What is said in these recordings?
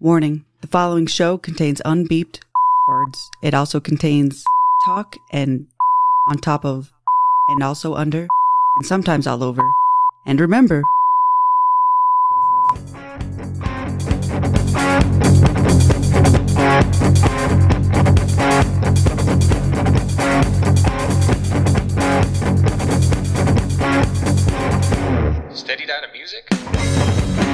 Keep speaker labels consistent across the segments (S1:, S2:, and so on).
S1: Warning the following show contains unbeeped words. It also contains talk and on top of and also under and sometimes all over. And remember,
S2: Steady down to music?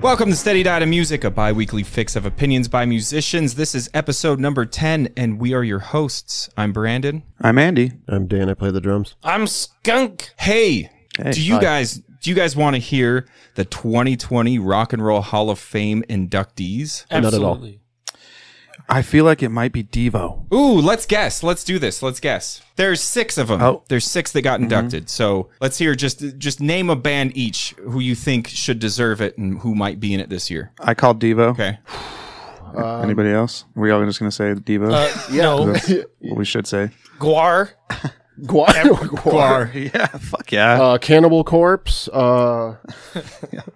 S2: Welcome to Steady Diet of Music, a bi weekly fix of opinions by musicians. This is episode number 10, and we are your hosts. I'm Brandon.
S3: I'm Andy.
S4: I'm Dan. I play the drums.
S5: I'm skunk.
S2: Hey,
S3: Hey,
S2: do you guys do you guys want to hear the 2020 Rock and Roll Hall of Fame inductees?
S4: at all.
S5: Absolutely.
S3: I feel like it might be Devo.
S2: Ooh, let's guess. Let's do this. Let's guess. There's six of them.
S3: Oh.
S2: There's six that got inducted. So let's hear just just name a band each who you think should deserve it and who might be in it this year.
S3: I called Devo.
S2: Okay.
S4: Um,
S3: Anybody else? Are we all just gonna say Devo?
S5: Uh, No.
S3: That's what we should say.
S5: Guar.
S4: Guar. Guar.
S3: yeah. Fuck yeah.
S4: Uh, Cannibal Corpse. Uh,
S2: All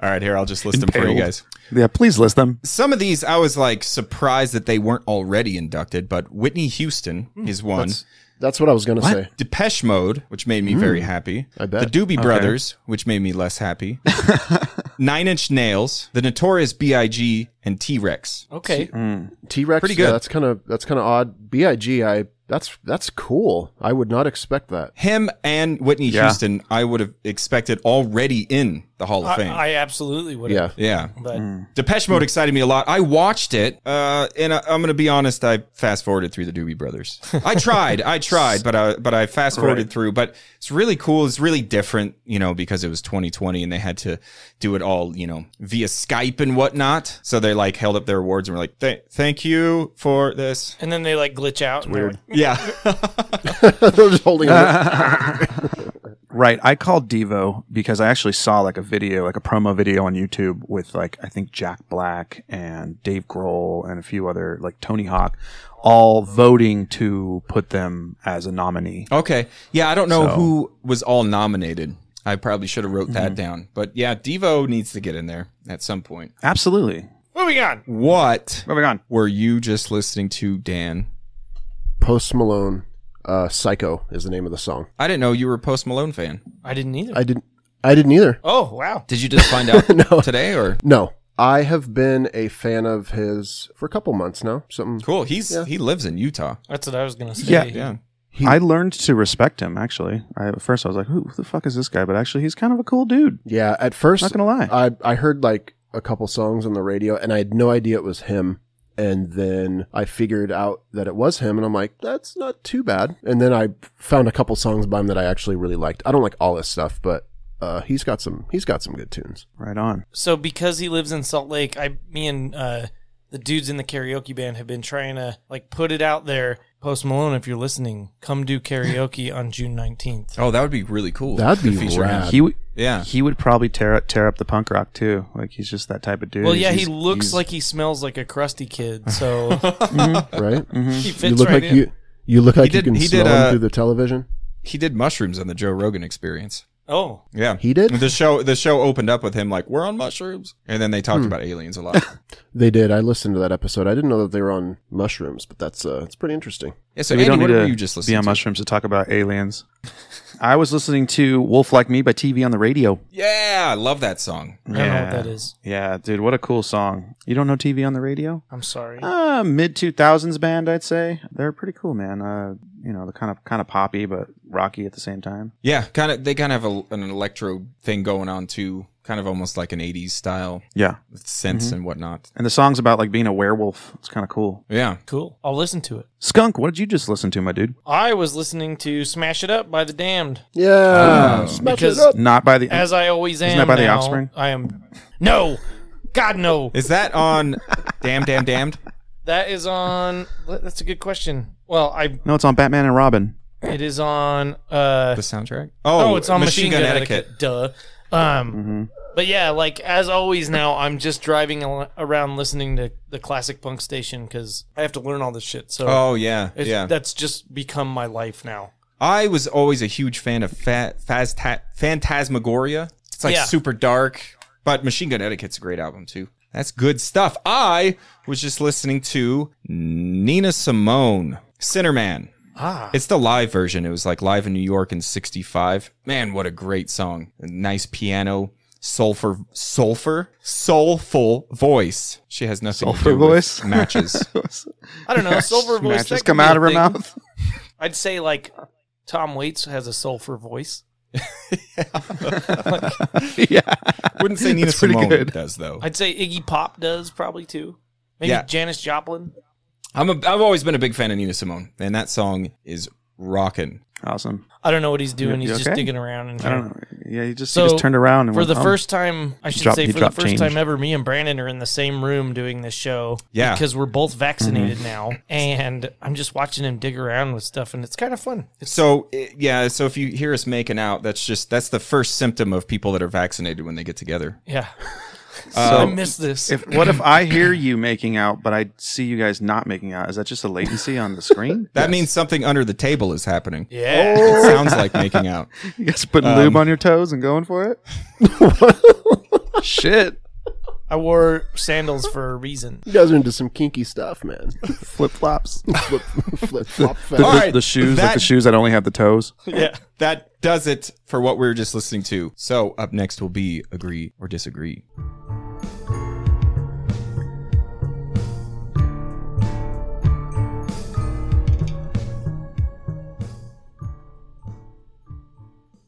S2: right, here I'll just list them for you
S3: Impaled.
S2: guys.
S3: yeah. Please list them.
S2: Some of these I was like surprised that they weren't already inducted, but Whitney Houston is one.
S4: Hmm, that's what I was gonna say.
S2: Depeche Mode, which made me very happy.
S4: I bet.
S2: The Doobie Brothers, which made me less happy. Nine Inch Nails, The Notorious B.I.G., and T Rex.
S5: Okay.
S4: T Rex.
S2: Pretty good.
S4: that's kind of that's kind of odd. Big. I. That's that's cool. I would not expect that.
S2: Him and Whitney
S3: Yeah.
S2: Houston, I would have expected already in the Hall of
S5: I,
S2: Fame.
S5: I absolutely would.
S4: Yeah.
S2: yeah.
S5: But
S2: Depeche
S3: Hmm.
S2: Mode excited me a lot. I watched it, uh, and I, I'm going to be honest. I fast forwarded through the Doobie Brothers. I tried, I tried, but I but I fast forwarded
S3: Right.
S2: through. But it's really cool. It's really different, you know, because it was 2020 and they had to do it all, you know, via Skype and whatnot. So they like held up their awards and were like, "Th- "Thank you for this."
S5: and then they like glitch out. and they're
S4: weird.
S5: like,
S2: Yeah,
S4: They're just holding. it.
S3: Right. I called Devo because I actually saw like a video, like a promo video on YouTube with like I think Jack Black and Dave Grohl and a few other like Tony Hawk, all voting to put them as a nominee.
S2: okay, yeah. I don't know
S3: So- Mm-hmm.
S2: who was all nominated. I probably should have wrote that down. But yeah, Devo needs to get in there at some point.
S3: Absolutely.
S5: Moving on.
S2: What
S3: Moving on.
S2: were you just listening to, Dan?
S4: Post Malone. Uh, Psycho is the name of the song.
S2: I didn't know you were a Post Malone fan.
S5: I didn't either.
S4: I didn't. I didn't either.
S5: oh wow.
S2: Did you just find out today or?
S4: No. I have been a fan of his for a couple months now. Something.
S2: Cool. He's he lives in Utah.
S5: That's what I was gonna say.
S3: Yeah.
S2: Yeah.
S3: I learned to respect him actually. I, at first I was like, "Who the fuck is this guy?" But actually, he's kind of a cool dude.
S4: Yeah. At first,
S3: Not gonna lie.
S4: I I heard like a couple songs on the radio, and I had no idea it was him. And then I figured out that it was him, and I'm like, that's not too bad. And then I found a couple songs by him that I actually really liked. I don't like all his stuff, but uh, he's got some he's got some good tunes.
S3: Right on.
S5: So because he lives in Salt Lake, I, me and uh, the dudes in the karaoke band have been trying to like put it out there. Post Malone, if you're listening, come do karaoke on June 19th.
S2: Oh, that would be really cool.
S4: That'd
S2: to
S4: be
S2: feature him.
S4: rad.
S3: He w-
S2: Yeah.
S3: he would probably tear up tear up the punk rock too. Like he's just that type of dude.
S5: Well, yeah, he
S3: He's-
S5: looks
S3: he's-
S5: like he smells like a crusty kid, so Mm-hmm.
S4: Right?
S5: he fits
S4: You look
S5: right
S4: like
S5: in.
S4: you you look like
S2: did-
S4: you can
S2: he
S4: smell
S2: did, uh,
S4: him through the television.
S2: He did mushrooms on the Joe Rogan Experience.
S5: oh,
S2: Yeah.
S4: He did?
S2: The show the show opened up with him like we're on mushrooms, and then they
S4: Hmm.
S2: talked about aliens a lot.
S4: They did. I listened to that episode. I didn't know that they were on mushrooms, but that's uh, it's pretty interesting.
S2: Yeah. So
S3: We
S2: Andy,
S3: don't need
S2: what were
S3: to
S2: you just
S3: be
S2: listening
S3: on
S2: to?
S3: mushrooms to talk about aliens. I was listening to Wolf Like Me by TV on the radio.
S2: yeah, I love that song.
S5: I don't know what that is.
S3: Yeah, dude, what a cool song. You don't know TV on the radio?
S5: I'm sorry.
S3: Uh, mid two thousands band, I'd say. They're pretty cool, man. Uh, you know, they're kind of kind of poppy but rocky at the same time.
S2: Yeah, kind of. They kind of have a, an electro thing going on too, kind of almost like an '80s style
S3: Yeah,
S2: with synths
S4: Mm-hmm.
S2: and whatnot.
S3: and the song's about like being a werewolf. It's kind of cool.
S2: Yeah.
S5: Cool. I'll listen to it.
S3: Skunk, what did you just listen to, my dude?
S5: I was listening to Smash It Up by the Damned,
S4: Yeah.
S2: Oh.
S4: Smash it
S5: Because-
S4: up.
S3: Not by the
S5: as I always am.
S3: Isn't that by The
S5: now.
S3: Offspring?
S5: I am. No! God, no!
S2: Is that on? damn, damn, damned.
S5: That is on. That's a good question. Well, I.
S3: No, it's on Batman and Robin.
S5: It is on. uh
S2: The soundtrack.
S5: Oh, it's on Machine, Gun, Etiquette. Duh. Um,
S3: Mm-hmm.
S5: But yeah, like as always now, I'm just driving al- around listening to the classic punk station because I have to learn all this shit. So
S2: Oh yeah,
S5: it's,
S2: yeah.
S5: that's just become my life now.
S2: I was always a huge fan of fa- Fazta- Phantasmagoria. It's like
S5: Yeah.
S2: super dark, but Machine Gun Etiquette's a great album too. That's good stuff. I was just listening to Nina Simone, Sinner Man.
S5: Ah.
S2: It's the live version. It was like live in New York in 65. Man, what a great song. Nice piano, sulfur, sulfur, soulful voice. She has nothing
S3: Sulfur
S2: to do with
S3: voice?
S2: matches.
S5: I don't know. silver voice.
S3: Matches
S5: that
S3: come
S5: could be
S3: out
S5: a
S3: of her
S5: thing.
S3: mouth.
S5: I'd say like Tom Waits has a sulfur voice.
S3: yeah.
S2: Wouldn't say Nina
S3: That's pretty
S2: Simone
S3: good.
S2: does though.
S5: I'd say Iggy Pop does probably too. Maybe
S2: Yeah.
S5: Janis Joplin.
S2: I'm a, I've always been a big fan of Nina Simone, and that song is rocking.
S3: Awesome.
S5: I don't know what he's doing.
S3: You-
S5: He's
S3: you
S5: just
S3: okay?
S5: digging around. And
S3: I don't know. Yeah, you just,
S5: So,
S3: you just turned around and
S5: For
S3: went,
S5: the
S3: "Oh."
S5: first time, I should
S3: dropped-
S5: say
S3: you
S5: for the
S3: dropped
S5: first
S3: change.
S5: time ever, me and Brandon are in the same room doing this show.
S2: Yeah.
S5: Because we're both
S3: Mm-hmm.
S5: vaccinated now. And I'm just watching him dig around with stuff and it's kind of fun. It's,
S2: So i- yeah, so if you hear us making out, that's just that's the first symptom of people that are vaccinated when they get together.
S5: yeah. I
S3: So
S5: miss this.
S3: if what if I hear you making out, but I see you guys not making out? Is that just a latency on the screen?
S2: That means something under the table is happening.
S5: yeah.
S2: It sounds like making out.
S3: you guys putting lube
S5: Um,
S3: on your toes and going for it. Shit.
S5: I wore sandals for a reason.
S4: You guys are into some kinky stuff, man.
S3: Flip flops.
S4: flip, flip, flop,
S2: All
S3: The,
S4: fat.
S3: the-
S2: right,
S3: the shoes, like
S2: that-
S3: the shoes that only have the toes.
S5: Yeah.
S2: That does it for what we were just listening to. So up next will be agree or disagree.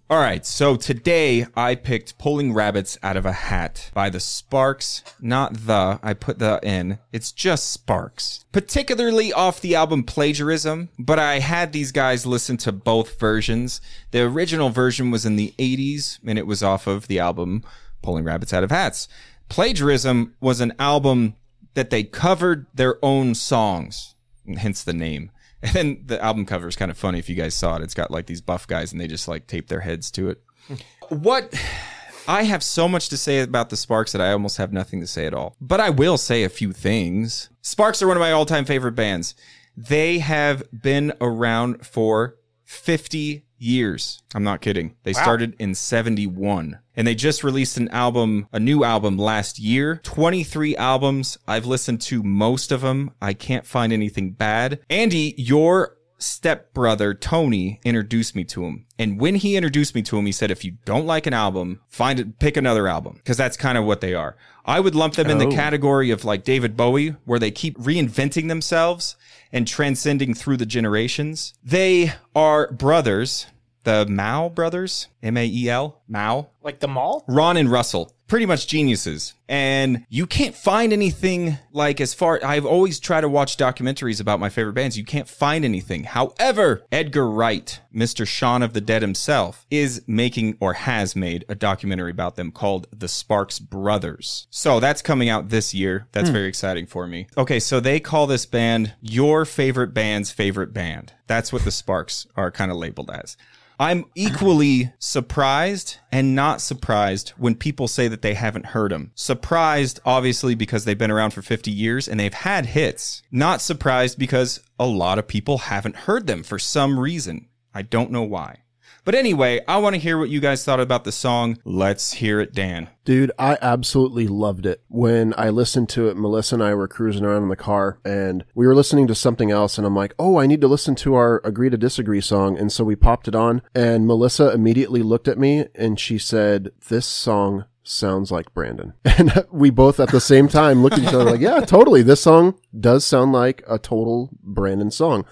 S2: All right, so today I picked Pulling Rabbits Out of a Hat by the Sparks, not the, I put the in. It's just Sparks. Particularly off the album Plagiarism, but I had these guys listen to both versions. The original version was in the 80s, and it was off of the album Pulling Rabbits Out of Hats. Plagiarism was an album that they covered their own songs, hence the name. And then the album cover is kind of funny if you guys saw it. It's got like these buff guys and they just like tape their heads to it. Hmm. What I have so much to say about the Sparks that I almost have nothing to say at all. But I will say a few things. Sparks are one of my all time favorite bands. They have been around for 50 years. I'm not kidding. They started in 71 and they just released an album, a new album last year. 23 albums. I've listened to most of them. I can't find anything bad. Andy, your stepbrother Tony introduced me to him. And when he introduced me to him, he said, if you don't like an album, find it, pick another album. Cause that's kind of what they are. I would lump them in the category of like David Bowie, where they keep reinventing themselves and transcending through the generations. They are brothers, the Mao brothers, M A E L, Mao.
S5: Like the mall?
S2: Ron and Russell, pretty much geniuses. And you can't find anything like as far I've always tried to watch documentaries about my favorite bands. You can't find anything. However, Edgar Wright, Mr. Shaun of the Dead himself, is making or has made a documentary about them called The Sparks Brothers. So that's coming out this year. That's very exciting for me. Okay, so they call this band your favorite band's favorite band. That's what the Sparks are kind of labeled as. I'm equally surprised and not surprised when people say that they haven't heard them. Surprised, obviously, because they've been around for 50 years and they've had hits. Not surprised because a lot of people haven't heard them for some reason. I don't know why. But anyway, I want to hear what you guys thought about the song. Let's hear it, Dan.
S4: Dude, I absolutely loved it. When I listened to it, Melissa and I were cruising around in the car and we were listening to something else. And I'm like, oh, I need to listen to our agree to disagree song. And so we popped it on. And Melissa immediately looked at me and she said, this song sounds like Brandon. And we both at the same time looked at each other like, yeah, totally. This song does sound like a total Brandon song.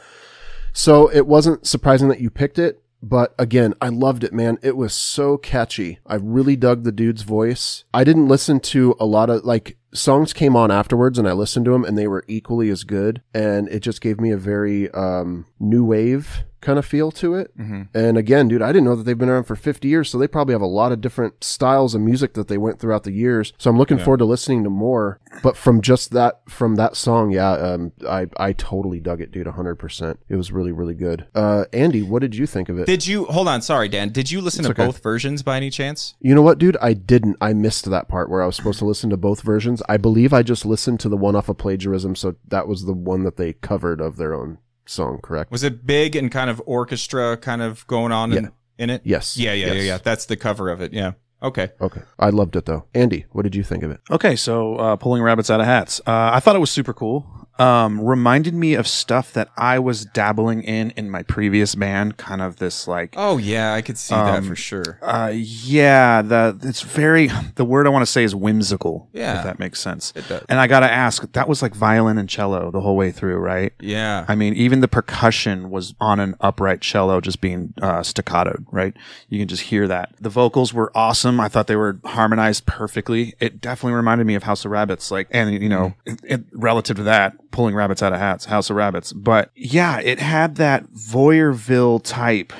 S4: So it wasn't surprising that you picked it, but again, I loved it, man. It was so catchy. I really dug the dude's voice. I didn't listen to a lot of like songs came on afterwards and I listened to them and they were equally as good and it just gave me a very um new wave kind of feel to it. And again, dude, I didn't know that they've been around for 50 years, so they probably have a lot of different styles of music that they went throughout the years. So I'm looking forward to listening to more. But from just that, from that song, yeah, um, I I totally dug it, dude, 100. percent It was really really good. Uh, Andy, what did you think of it?
S2: Did you, hold on, sorry, Dan. Did you listen
S4: It's
S2: to
S4: okay.
S2: both versions by any chance?
S4: you know what, dude? I didn't. I missed that part where I was supposed to listen to both versions. I believe I just listened to the one off of plagiarism, so that was the one that they covered of their own song, correct?
S2: Was it big and kind of orchestra kind of going on in, in it?
S4: Yes.
S2: Yeah, yeah, yeah,
S4: Yes.
S2: yeah. That's the cover of it. Yeah. Okay.
S4: Okay. I loved it though. Andy, what did you think of it?
S3: Okay, so uh, pulling rabbits out of hats. Uh, I thought it was super cool. Um, reminded me of stuff that I was dabbling in in my previous band. Kind of this like,
S2: Oh yeah, I could see that
S3: Um,
S2: for sure.
S3: uh, yeah, the it's very. The word I want to say is whimsical.
S2: Yeah.
S3: if that makes sense.
S2: It does.
S3: And I gotta ask, that was like violin and cello the whole way through, right?
S2: Yeah.
S3: I mean, even the percussion was on an upright cello, just being uh, staccatoed, right? You can just hear that. The vocals were awesome. I thought they were harmonized perfectly. It definitely reminded me of House of Rabbits, like, and you know, it, it- relative to that, pulling rabbits out of hats, House of Rabbits. But yeah, it had that voyeurville type,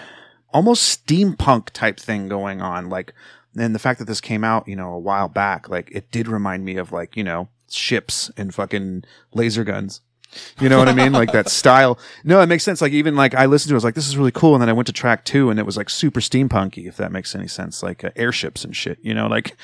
S3: almost steampunk type thing going on, like. And the fact that this came out, you know, a while back, like it did remind me of like, you know, ships and fucking laser guns. You know what I mean? Like that style. No, it makes sense. Like even like I listened to it, I was like, this is really cool. And then I went to track two and it was like super steampunky, if that makes any sense. Like uh, airships and shit, you know, like,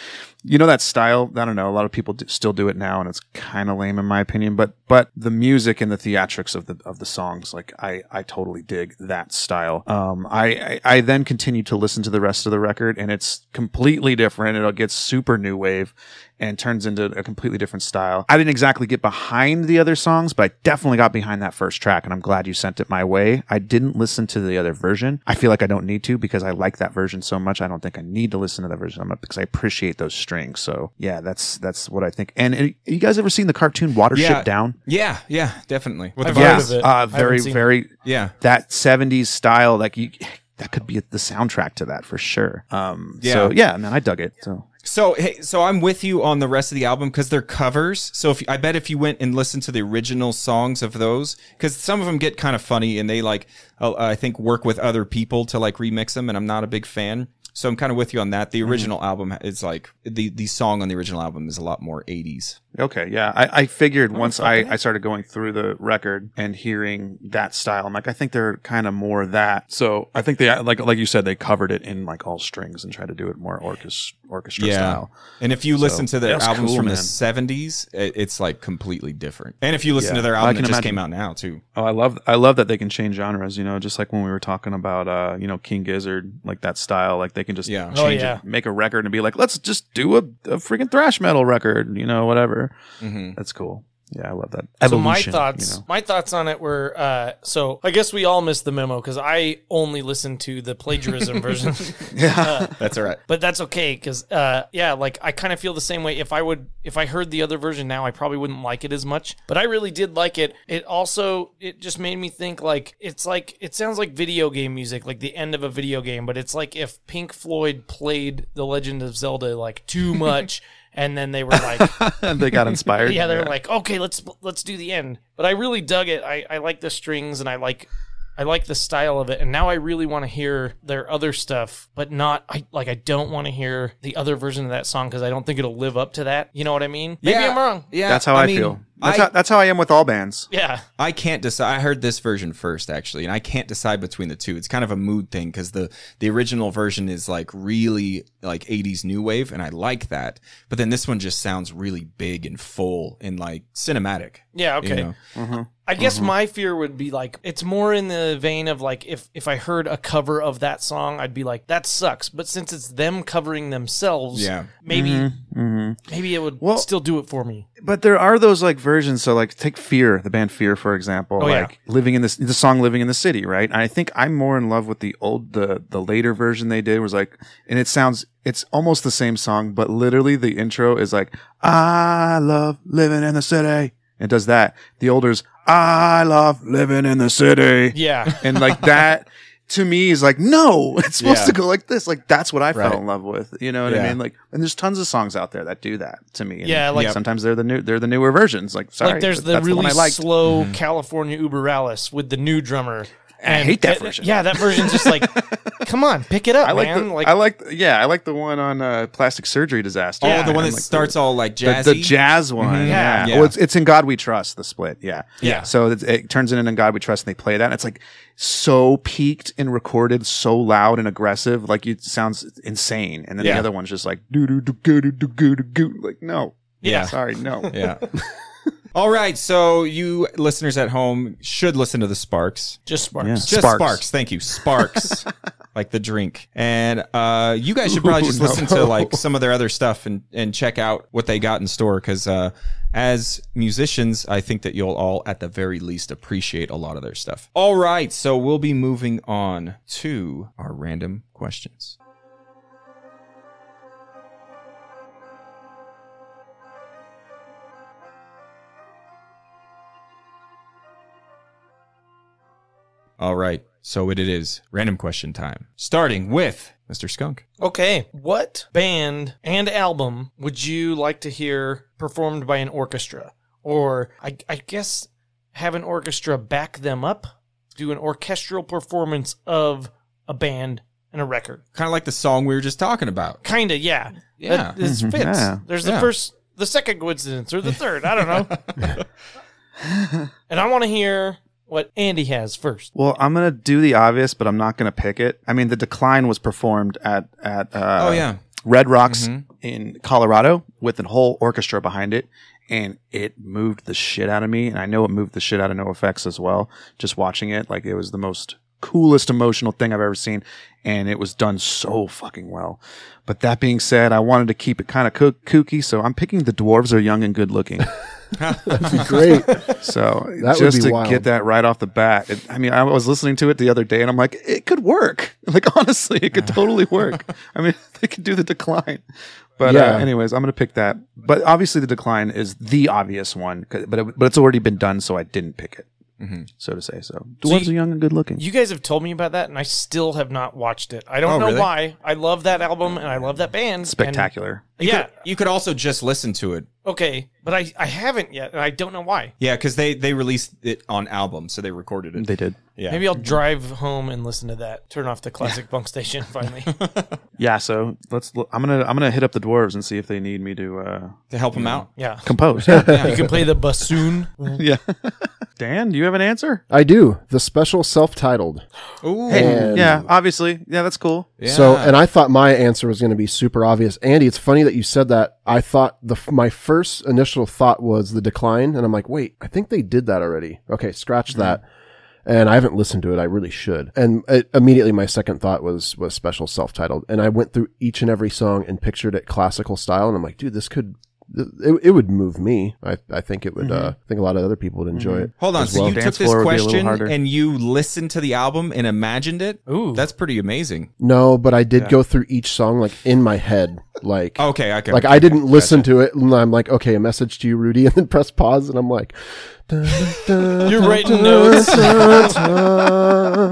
S3: you know, that style. I don't know. A lot of people do, still do it now and it's kind of lame in my opinion, but, but the music and the theatrics of the, of the songs, like I, I totally dig that style. Um, I, I, I then continued to listen to the rest of the record and it's completely different. It gets super new wave and turns into a completely different style. I didn't exactly get behind the other songs, but I definitely got behind that first track, and I'm glad you sent it my way. I didn't listen to the other version. I feel like I don't need to because I like that version so much. I don't think I need to listen to that version because I appreciate those strings. So yeah, that's that's what I think. And, and you guys ever seen the cartoon Watership
S2: Yeah.
S3: Down?
S2: yeah. Yeah. Definitely. With
S5: I've
S2: the
S5: heard
S2: yeah.
S5: of it. I
S3: uh,
S5: haven't
S3: very
S5: seen it.
S3: very
S2: yeah.
S3: that 70s style. Like you, that could be the soundtrack to that for sure. Um,
S2: Yeah.
S3: So yeah, man, I dug it. So
S2: So hey, so I'm with you on the rest of the album because they're covers. So if I bet if you went and listened to the original songs of those, because some of them get kind of funny and they like uh, I think work with other people to like remix them, and I'm not a big fan. So I'm kind of with you on that.
S3: Mm-hmm.
S2: The original album is like the the song on the original album is a lot more 80s.
S3: Okay, yeah. I, I figured once I, I started going through the record and hearing that style, I'm like, I think they're kind of more that. So I think they like like you said, they covered it in like all strings and tried to do it more orchestra orchestra
S2: Yeah.
S3: style.
S2: And if you
S3: So,
S2: listen to their
S3: that's
S2: albums
S3: cool,
S2: from the
S3: man.
S2: 70s, it, it's like completely different. And if you listen
S3: Yeah.
S2: to their
S3: I
S2: album that
S3: can
S2: just
S3: imagine.
S2: came out now too.
S3: Oh, I love I love that they can change genres. You know, just like when we were talking about uh, you know King Gizzard, like that style, like they can just
S2: Yeah.
S3: change
S5: Oh, yeah.
S3: it, make a record, and be like, let's just do a, a freaking thrash metal record. You know, whatever.
S2: Mm-hmm.
S3: That's cool. Yeah, I love that.
S5: so my
S3: Evolution, you
S5: thoughts
S3: know.
S5: my thoughts on it were uh, so i guess we all missed the memo because i only listened to the plagiarism version Uh,
S3: Yeah.
S2: That's all right.
S5: but that's okay because uh, yeah like i kind of feel the same way if i would if i heard the other version now i probably wouldn't like it as much but i really did like it it also it just made me think like it's like it sounds like video game music like the end of a video game but it's like if pink floyd played the legend of zelda like too much and then they were like
S3: they got inspired.
S5: yeah, they're like, okay, let's let's do the end. But I really dug it. I, I like the strings and I like I like the style of it. And now I really want to hear their other stuff, but not I like I don't want to hear the other version of that song because I don't think it'll live up to that. You know what I mean? Maybe
S2: Yeah.
S5: I'm wrong.
S2: Yeah.
S3: That's how I,
S2: mean,
S3: feel. That's,
S2: I-
S3: how, that's how I am with all bands.
S5: Yeah.
S2: I can't decide. I heard this version first, actually, and I can't decide between the two. It's kind of a mood thing because the the original version is like really like '80s new wave, and I like that. But then this one just sounds really big and full and like cinematic.
S5: Yeah,
S2: you
S5: okay.
S2: know?
S5: I guess my fear would be like it's more in the vein of like if if I heard a cover of that song, I'd be like, that sucks. But since it's them covering themselves,
S2: Yeah.
S5: maybe maybe it would
S3: Mm-hmm. Well-
S5: still do it for me.
S3: But there are those like versions. So like take Fear, the band Fear, for example.
S5: Oh, yeah.
S3: like living in this the song Living in the City, right? And I think I'm more in love with the old the the later version they did was like and it sounds it's almost the same song, but literally the intro is like I love living in the city. It does that. The older's I love living in the city.
S5: Yeah.
S3: and like that to me is like no it's supposed
S2: Yeah.
S3: to go like this like that's what i
S2: Right.
S3: fell in love with you know what i
S2: Yeah.
S3: mean like and there's tons of songs out there that do that to me And
S5: Yeah, like-
S3: sometimes they're the new they're the newer versions like sorry
S5: like there's
S3: but
S5: the
S3: that's
S5: really
S3: one i liked
S5: slow California Uberalis with the new drummer.
S3: hate that version.
S5: Yeah, that version's just like, come on, pick it up,
S3: i like
S5: man.
S3: the,
S5: like,
S3: i like yeah i like the one on uh plastic surgery disaster
S2: Oh, the one
S3: I'm
S2: that
S3: like,
S2: starts all like
S3: the,
S2: jazzy.
S3: the jazz one,
S5: Yeah.
S3: yeah.
S2: Yeah.
S3: Well, it's, it's in God We Trust, the split, yeah,
S5: Yeah.
S3: So it, it turns in in God We Trust, and they play that. And it's like so peaked and recorded, so loud and aggressive, like it sounds insane. And then
S2: Yeah.
S3: the other one's just like do do do go do do go do go. Like no,
S5: Yeah.
S3: sorry, no.
S2: yeah. All right, so you listeners at home should listen to the Sparks.
S5: Just sparks.
S3: Yeah.
S2: Just Sparks.
S3: Sparks.
S2: Thank you. Sparks. like the drink. And uh, you guys should probably
S3: Ooh,
S2: just
S3: no.
S2: listen to like some of their other stuff and, and check out what they got in store because uh, as musicians, I think that you'll all at the very least appreciate a lot of their stuff. All right, so we'll be moving on to our random questions. All right, so it is random question time, starting with Mr. Skunk.
S5: Okay. What band and album would you like to hear performed by an orchestra? Or I, I guess have an orchestra back them up, do an orchestral performance of a band and a record.
S2: Kind of like the song we were just talking about.
S5: Kinda, yeah.
S2: Yeah.
S5: That- this
S3: Mhm,
S5: fits.
S3: yeah,
S5: There's
S2: yeah.
S5: the first, the second coincidence, or the third. I don't know. and I want to hear what Andy has first.
S3: Well, I'm gonna do the obvious, but I'm not gonna pick it. I mean, the decline was performed at at uh,
S2: oh, yeah.
S3: Red Rocks
S2: Mhm.
S3: in Colorado with a whole orchestra behind it, and it moved the shit out of me. And I know it moved the shit out of NoFX as well. Just watching it, like it was the most coolest emotional thing I've ever seen, and it was done so fucking well. But that being said, I wanted to keep it kind of kook- kooky, so I'm picking the dwarves are young and good looking.
S4: Great.
S3: So
S4: That would
S3: just
S4: be
S3: to
S4: wild.
S3: get that right off the bat, it, I mean, I was listening to it the other day, and I'm like, it could work. Like honestly, it could totally work. I mean, they could do the decline. But
S4: Yeah.
S3: uh, anyways, I'm gonna pick that. But obviously, the decline is the obvious one. 'cause- But it, but it's already been done, so I didn't pick it,
S2: Mhm.
S3: so to say. So
S5: So
S3: dwarves
S5: you-
S3: are young and good looking.
S5: You guys have told me about that, and I still have not watched it. I don't
S2: Oh,
S5: know
S2: really?
S5: why. I love that album, and I love that band. and-
S3: Spectacular.
S5: yeah.
S2: You could also just listen to it.
S5: Okay, but I, I haven't yet, and I don't know why.
S2: Yeah, because they, they released it on album, so they recorded it.
S3: they did.
S2: yeah.
S5: Maybe I'll drive home and listen to that. Turn off the classic bunk station finally.
S3: Yeah. So let's. I'm gonna I'm gonna hit up the dwarves and see if they need me to uh,
S2: to help him out.
S5: Yeah.
S3: compose.
S5: You can play the bassoon.
S3: yeah. Dan, do you have an answer?
S4: I do. The special self titled.
S2: Ooh.
S4: Hey. And-
S3: yeah, obviously. Yeah, that's cool.
S4: So, and I thought my answer was going to be super obvious. Andy, it's funny that you said that. I thought the f- my first initial thought was the decline, and I'm like, wait, I think they did that already. Okay, scratch that. And I haven't listened to it. I really should. And it, immediately, my second thought was was special self titled, and I went through each and every song and pictured it classical style, and I'm like, dude, this could. th- It, it would move me. I, I think it would. Uh, I think a lot of other people would enjoy it.
S2: Hold on.
S3: as
S2: So
S3: well.
S2: you took
S3: Dance
S2: this
S3: floor would be a little
S2: question
S3: harder.
S2: and you listened to the album and imagined it?
S5: Ooh.
S2: That's pretty amazing.
S4: No, but I did go through each song like in my head, like
S2: Okay, okay.
S4: like I didn't listen to it, and I'm like, okay, a message to you, Rudy, and then press pause, and I'm like, dun, dun,
S5: You're
S4: dun,
S5: writing
S4: dun,
S5: notes.
S4: dun,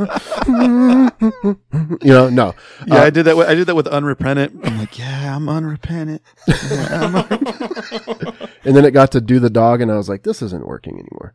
S4: dun. you know, no, Uh,
S3: Yeah, I did that. With, I did that with unrepentant. I'm like, yeah, I'm unrepentant. Yeah, I'm unrepentant.
S4: and then it got to do the dog, and I was like, this isn't working anymore.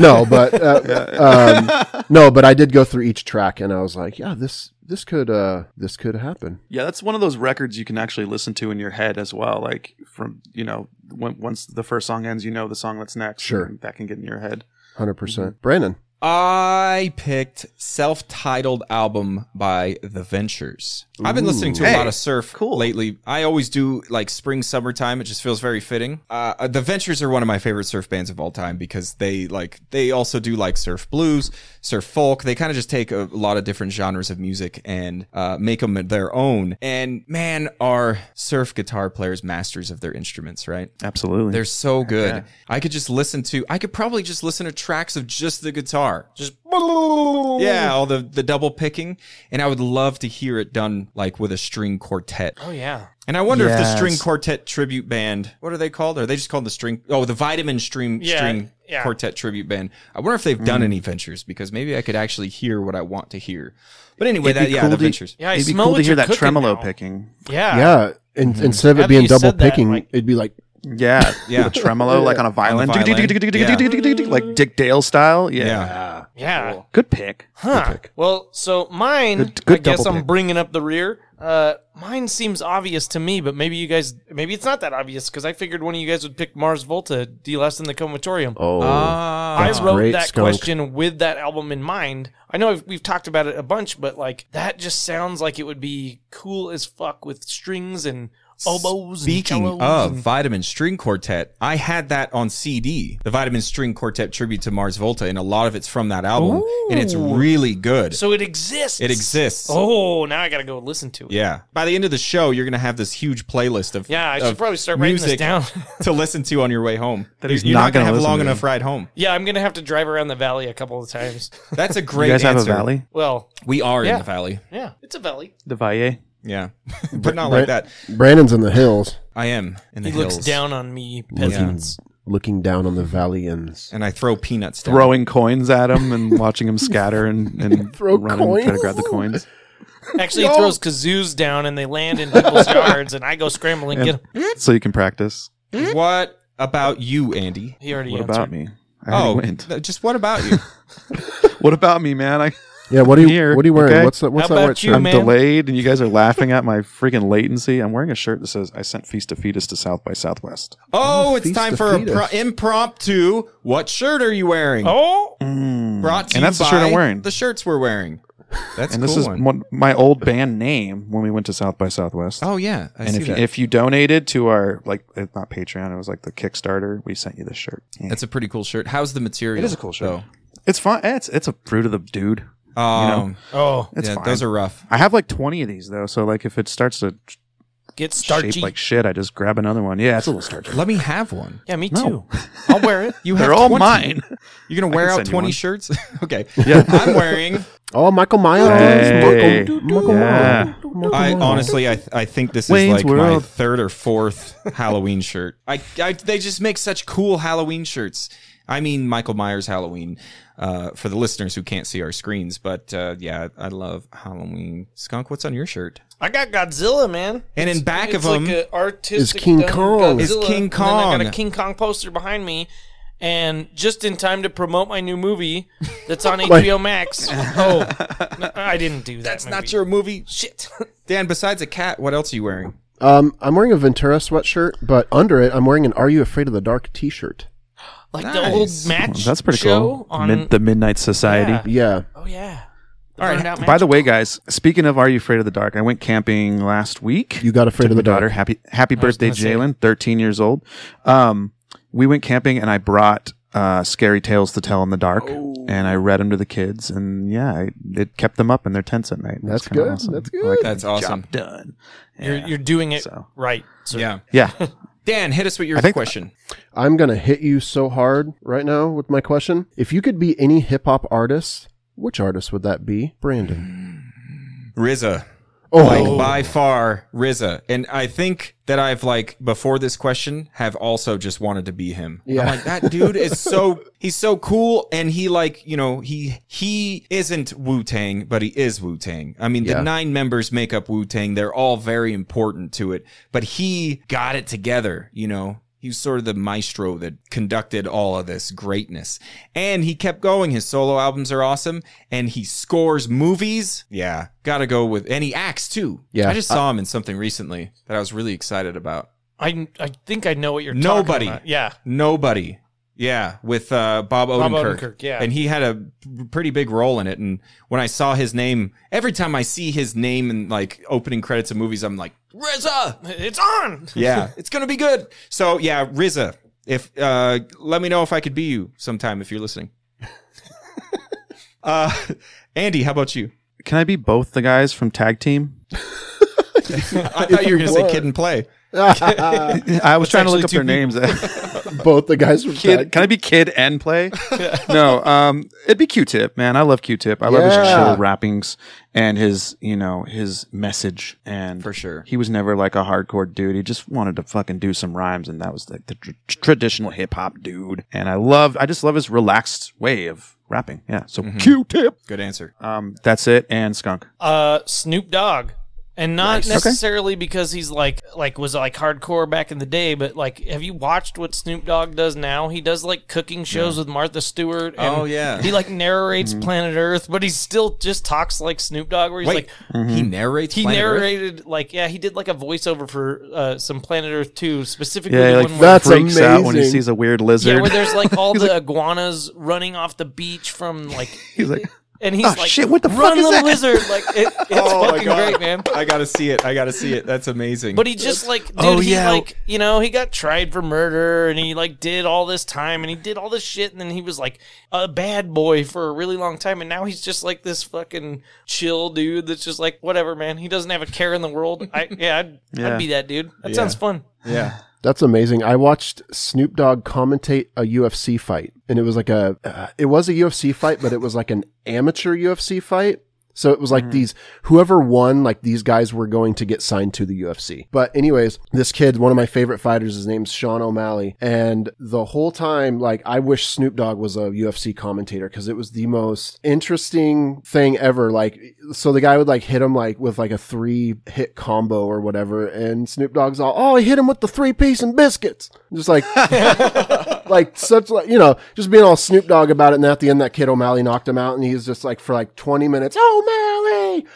S4: No, but uh, um, no, but I did go through each track, and I was like, yeah, this this could uh this could happen.
S3: yeah, that's one of those records you can actually listen to in your head as well. Like from you know, when, once the first song ends, you know the song that's next.
S4: Sure.
S3: and that can get in your head.
S4: 100 percent, Brandon.
S2: I picked self-titled album by The Ventures. I've been listening to a
S3: Hey,
S2: lot of surf
S3: cool.
S2: lately. I always do like spring summertime. It just feels very fitting. Uh, the Ventures are one of my favorite surf bands of all time because they like they also do like surf blues, surf folk. They kind of just take a lot of different genres of music and uh, make them their own. And man, are surf guitar players masters of their instruments, right?
S3: Absolutely.
S2: They're
S3: There's
S2: so good. I could just listen to. I could probably just listen to tracks of just the guitar. Just
S5: Oh,
S2: yeah, all the the double picking, and I would love to hear it done like with a string quartet.
S5: Oh yeah.
S2: And I wonder if the
S3: Yes.
S2: string quartet tribute band. What are they called? Are they just called the string? Oh, the Vitamin Stream
S5: Yeah,
S2: String
S5: yeah.
S2: Quartet tribute band. I wonder if they've done any ventures because maybe I could actually hear what I want to hear. But anyway, that yeah, the ventures.
S5: Yeah, I
S3: it'd be
S5: smell
S3: cool to
S5: what
S3: hear
S5: you're
S3: that
S5: cooking
S3: tremolo
S5: now.
S3: picking.
S5: Yeah.
S4: Yeah, and instead of
S5: Now
S4: it
S5: that
S4: being
S5: you
S4: double
S5: said that,
S4: picking,
S5: like-
S4: it'd be like
S3: Yeah,
S2: Yeah.
S3: the tremolo like on a violin,
S2: violin.
S3: like Dick Dale style. Yeah,
S2: Yeah.
S5: Yeah.
S3: good pick.
S5: Huh. Well, so mine,
S3: Good- good
S5: I guess
S3: double
S5: I'm
S3: pick.
S5: bringing up the rear. Uh, mine seems obvious to me, but maybe you guys, maybe it's not that obvious because I figuigured one of you guys would pick Mars Volta, D Less Than the Comatorium.
S4: oh.
S2: Ah.
S5: I wrote
S4: great,
S5: that
S4: Skunk.
S5: question with that album in mind. I know I've, we've talked about it a bunch, but like that just sounds like it would be cool as fuck with strings and oboes
S2: Speaking
S5: and cellos
S2: of
S5: and-
S2: Vitamin String Quartet, I had that on CD, the Vitamin String Quartet tribute to Mars Volta, and a lot of it's from that album, and it's
S5: Ooh.
S2: really good.
S5: so it exists.
S2: it exists.
S5: Oh, now I gotta go listen to it.
S2: Yeah. By the end of the show, you're gonna have this huge playlist of
S5: Yeah, I should
S2: of
S5: probably start writing
S2: music
S5: this down.
S2: to listen to on your way home.
S3: That
S2: You're-
S3: he's
S2: you're
S3: not
S2: not gonna,
S3: gonna
S2: have a
S3: listen
S2: long
S3: to.
S2: enough ride home.
S5: yeah, I'm gonna have to drive around the valley a couple of times.
S2: That's a
S3: You
S2: great.
S3: guys have
S2: answer.
S3: a valley?
S5: Well,
S2: We are in
S5: Yeah.
S2: the valley.
S5: yeah, it's a valley.
S3: The valle?
S2: Yeah, but not like that.
S4: Brandon's in the hills,
S2: I am in the
S5: He
S2: hills,
S5: looks down on me,
S2: Yeah.
S5: peasants.
S4: looking down on the valley and
S2: and I throw peanuts down.
S3: Throwing coins at him and watching him scatter and, and
S4: Throw
S3: running, try to
S4: coins?
S3: grab the coins.
S5: Actually, he throws kazoos down and they land in people's yards, and I go scrambling. Get him.
S3: So you can practice.
S2: What about you, Andy?
S5: He already
S3: What
S5: answered.
S3: about me? I
S2: Oh,
S3: already went.
S2: th- just what about you?
S3: What about me, man? I,
S4: yeah. What are you?
S3: Here,
S4: what are you wearing?
S3: okay.
S4: What's that? What's
S5: How
S4: that
S5: about
S4: white
S5: you,
S4: shirt?
S3: I'm
S5: man?
S3: delayed, and you guys are laughing at my freaking latency. I'm wearing a shirt that says "I sent Feast of Fetus to South by Southwest."
S2: Oh, it's
S4: Feast
S2: time
S4: of
S2: for a
S4: fetus.
S2: pro- impromptu. What shirt are you wearing?
S5: Oh,
S2: Brought to
S3: And
S2: you
S3: that's the shirt I'm
S2: by
S3: wearing.
S2: The shirts we're wearing. That's
S3: and
S2: a
S3: this
S2: cool
S3: is
S2: one.
S3: one, my old band name when we went to South by Southwest.
S2: Oh yeah, I
S3: and
S2: see
S3: if you,
S2: that.
S3: if you donated to our like it's not Patreon, it was like the Kickstarter, we sent you this shirt. Yeah.
S2: That's a pretty cool shirt. How's the material?
S3: It is a cool shirt.
S2: though?
S3: It's fun. It's it's a fruit of the dude.
S2: Um,
S5: oh,
S3: It's
S2: yeah,
S3: fine.
S2: those are rough.
S3: I have like twenty of these though, so like if it starts to
S5: get starchy.
S3: shape like shit, I just grab another one. Yeah, it's a little starchy.
S2: Let me have one.
S5: yeah, me
S3: No.
S5: too. I'll wear it.
S2: You have
S3: They're all
S2: 20.
S3: mine.
S2: You're gonna
S3: I
S2: wear
S3: can
S2: out
S3: send you
S2: twenty
S3: one.
S2: shirts? okay.
S3: Yeah.
S2: I'm wearing.
S4: Oh, Michael Myers.
S3: Hey.
S4: Michael, Michael
S3: Yeah.
S4: Myers. Michael
S2: I
S4: Myers.
S2: honestly, I th- I think this
S3: Wayne's
S2: is like my
S3: World.
S2: third or fourth Halloween shirt. I, I they just make such cool Halloween shirts. I mean Michael Myers Halloween. Uh, for the listeners who can't see our screens, but uh, yeah, I love Halloween. Skunk, what's on your shirt?
S5: I got Godzilla, man.
S2: And in
S5: It's-
S2: back
S5: it's
S2: of
S5: like
S2: him
S5: a artistic
S4: is King
S5: done
S4: Kong.
S2: Is
S5: Godzilla,
S2: King
S5: and then I got
S2: Kong.
S5: a King Kong poster behind me, and just in time to promote my new movie that's on HBO Max. Oh, no, I didn't do that.
S2: That's not
S5: movie.
S2: your movie,
S5: shit.
S2: Dan. Besides a cat, what else are you wearing?
S4: Um, I'm wearing a Ventura sweatshirt, but under it, I'm wearing an "Are You Afraid of the Dark" T-shirt.
S5: like the
S2: Nice.
S5: old
S3: Well,
S5: match.
S3: that's pretty
S5: show
S3: cool.
S5: On
S3: Mid- the Midnight Society.
S5: Yeah.
S4: Yeah,
S5: oh yeah.
S2: All right,
S3: By the way, guys, speaking of Are You Afraid of the Dark, I went camping last week.
S4: you got afraid
S3: Took
S4: of
S3: my
S4: the
S3: daughter.
S4: dark.
S3: Happy happy
S5: was
S3: birthday,
S5: gonna say.
S3: Jalen, 13 years old. Um, we went camping and I brought uh, Scary Tales to Tell in the Dark and I read them to the kids. And yeah, I, it kept them up in their tents at night.
S4: That's
S3: kinda
S4: good.
S3: awesome.
S4: That's
S3: I
S4: good.
S3: like
S2: That's
S3: that.
S2: awesome.
S3: Job done.
S5: you're, you're doing it
S3: So.
S5: right. sir.
S2: Yeah,
S3: Yeah.
S2: Dan, hit us with your
S3: I think-
S2: question.
S4: I'm gonna hit you so hard right now with my question. If you could be any hip hop artist, which artist would that be, Brandon?
S2: RZA.
S4: Oh,
S2: Like by far RZA, and I think that I've like before this question have also just wanted to be him.
S4: Yeah.
S2: I'm like that dude is so he's so cool, and he like you know he he isn't Wu Tang, but he is Wu Tang. I mean the
S4: Yeah.
S2: nine members make up Wu Tang; they're all very important to it, but he got it together. You know, he was sort of the maestro that conducted all of this greatness, and he kept going. His solo albums are awesome, and he scores movies. Yeah, gotta go with, and he acts too.
S4: Yeah.
S2: I just saw him in something recently that I was really excited about.
S5: I I think I know what you're
S2: Nobody.
S5: talking about. Yeah.
S2: Nobody. Yeah, with uh, Bob Odenkirk.
S5: Bob Odenkirk, yeah.
S2: And he had a p- pretty big role in it. And when I saw his name, every time I see his name in like opening credits of movies, I'm like, RZA!
S5: It's on.
S2: Yeah, it's gonna be good. So yeah, RZA. If uh, let me know if I could be you sometime if you're listening. uh, Andy, how about you?
S3: Can I be both the guys from Tag Team?
S2: I thought you were gonna say kid and play.
S3: I was trying to look up
S5: actually
S3: their names.
S4: both the guys from
S3: kid,
S4: Tag-
S3: can I be kid and play? no, um, it'd be Q-Tip, man. I love Q-Tip. I love his
S4: Yeah.
S3: chill rappings and his, you know, his message. And
S2: For sure.
S3: he was never like a hardcore dude. He just wanted to fucking do some rhymes, and that was like the tr- traditional hip hop dude. And I loved, I just love his relaxed way of rapping. Yeah. So
S5: Mm-hmm.
S3: Q-Tip.
S2: Good answer.
S3: Um, that's it. And Skunk.
S5: Uh, Snoop Dogg, and not
S3: Nice. Okay.
S5: necessarily because he's like like was like hardcore back in the day, but like have you watched what Snoop Dogg does now? He does like cooking shows with Martha Stewart. And
S2: Oh, yeah.
S5: He like narrates Planet Earth, but he still just talks like Snoop Dogg, where he's
S2: Wait, Mm-hmm.
S5: like
S2: he narrates.
S5: he
S2: Planet Earth?
S5: narrated like yeah he did like a voiceover for uh, some Planet Earth 2, specifically
S3: Yeah, he,
S5: the
S3: like
S5: one where
S4: That's
S3: freaks out when he
S4: amazing.
S3: sees a weird
S5: Yeah,
S3: lizard.
S5: where there's like all the iguanas running off the beach from like,
S3: He's like,
S5: and he's
S3: Oh,
S5: like,
S3: shit, what the fuck
S5: "Run,
S3: is
S5: little
S3: that?"
S5: wizard!" Like it, it's
S2: Oh my
S5: fucking
S2: God.
S5: great, man.
S2: I gotta see it. I gotta see it. That's amazing.
S5: But he just like, dude,
S3: Oh,
S5: he
S3: yeah.
S5: like, you know, he got tried for murder and he like did all this time and he did all this shit and then he was like a bad boy for a really long time and now he's just like this fucking chill dude that's just like whatever, man. He doesn't have a care in the world. I yeah, I'd,
S3: Yeah.
S5: I'd be that dude. That
S2: Yeah.
S5: sounds fun.
S2: yeah.
S4: That's amazing. I watched Snoop Dogg commentate a UFC fight, and it was like a uh, it was a UFC fight, but it was like an amateur UFC fight. So it was like these whoever won, like these guys were going to get signed to the UFC. But anyways, this kid, one of my favorite fighters, his name's Sean O'Malley, and the whole time, like I wish Snoop Dogg was a UFC commentator because it was the most interesting thing ever. Like, so the guy would like hit him like with like a three hit combo or whatever, and Snoop Dogg's all, oh, I hit him with the three piece and biscuits, just like like such like you know just being all Snoop Dogg about it. And at the end, that kid O'Malley knocked him out, and he's just like for like twenty minutes, O'Malley,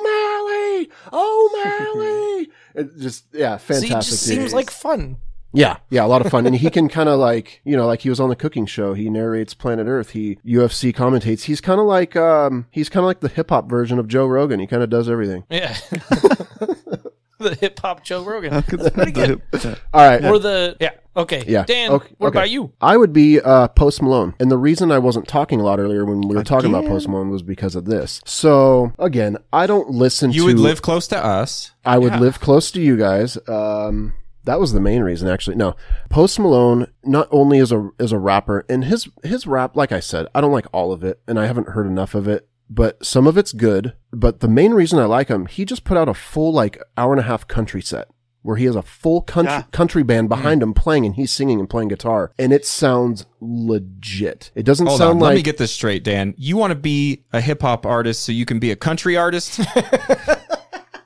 S4: O'Malley, O'Malley. it just yeah,
S5: So
S4: fantastic.
S5: he just
S4: dude.
S5: seems like fun.
S4: yeah, yeah, a lot of fun, and he can kind of like you know like he was on the cooking show. He narrates Planet Earth. He UFC commentates. He's kind of like um he's kind of like the hip hop version of Joe Rogan. He kind of does everything.
S5: Yeah. the hip hop Joe Rogan.
S4: All right,
S5: Or the yeah. Okay.
S4: Yeah.
S5: Dan,
S4: Okay,
S5: what
S4: okay.
S5: about you?
S4: I would be uh, Post Malone. And the reason I wasn't talking a lot earlier when we were talking about
S3: Again?
S4: Post Malone was because of this. So, again, I don't listen
S2: You
S4: to.
S2: would live close to us.
S4: I would live close to you guys. Um, that was the main reason, actually. No, Post Malone not only is a is a rapper, and his his rap, like I said, I don't like all of it, and I haven't heard enough of it. But some of it's good. But the main reason I like him, he just put out a full like hour and a half country set where he has a full country country band
S2: Mm.
S4: behind him playing, and he's singing and playing guitar, and it sounds legit. It doesn't
S2: Hold
S4: sound
S2: on.
S4: like
S2: Let me get this straight, Dan. You want to be a hip hop artist so you can be a country artist?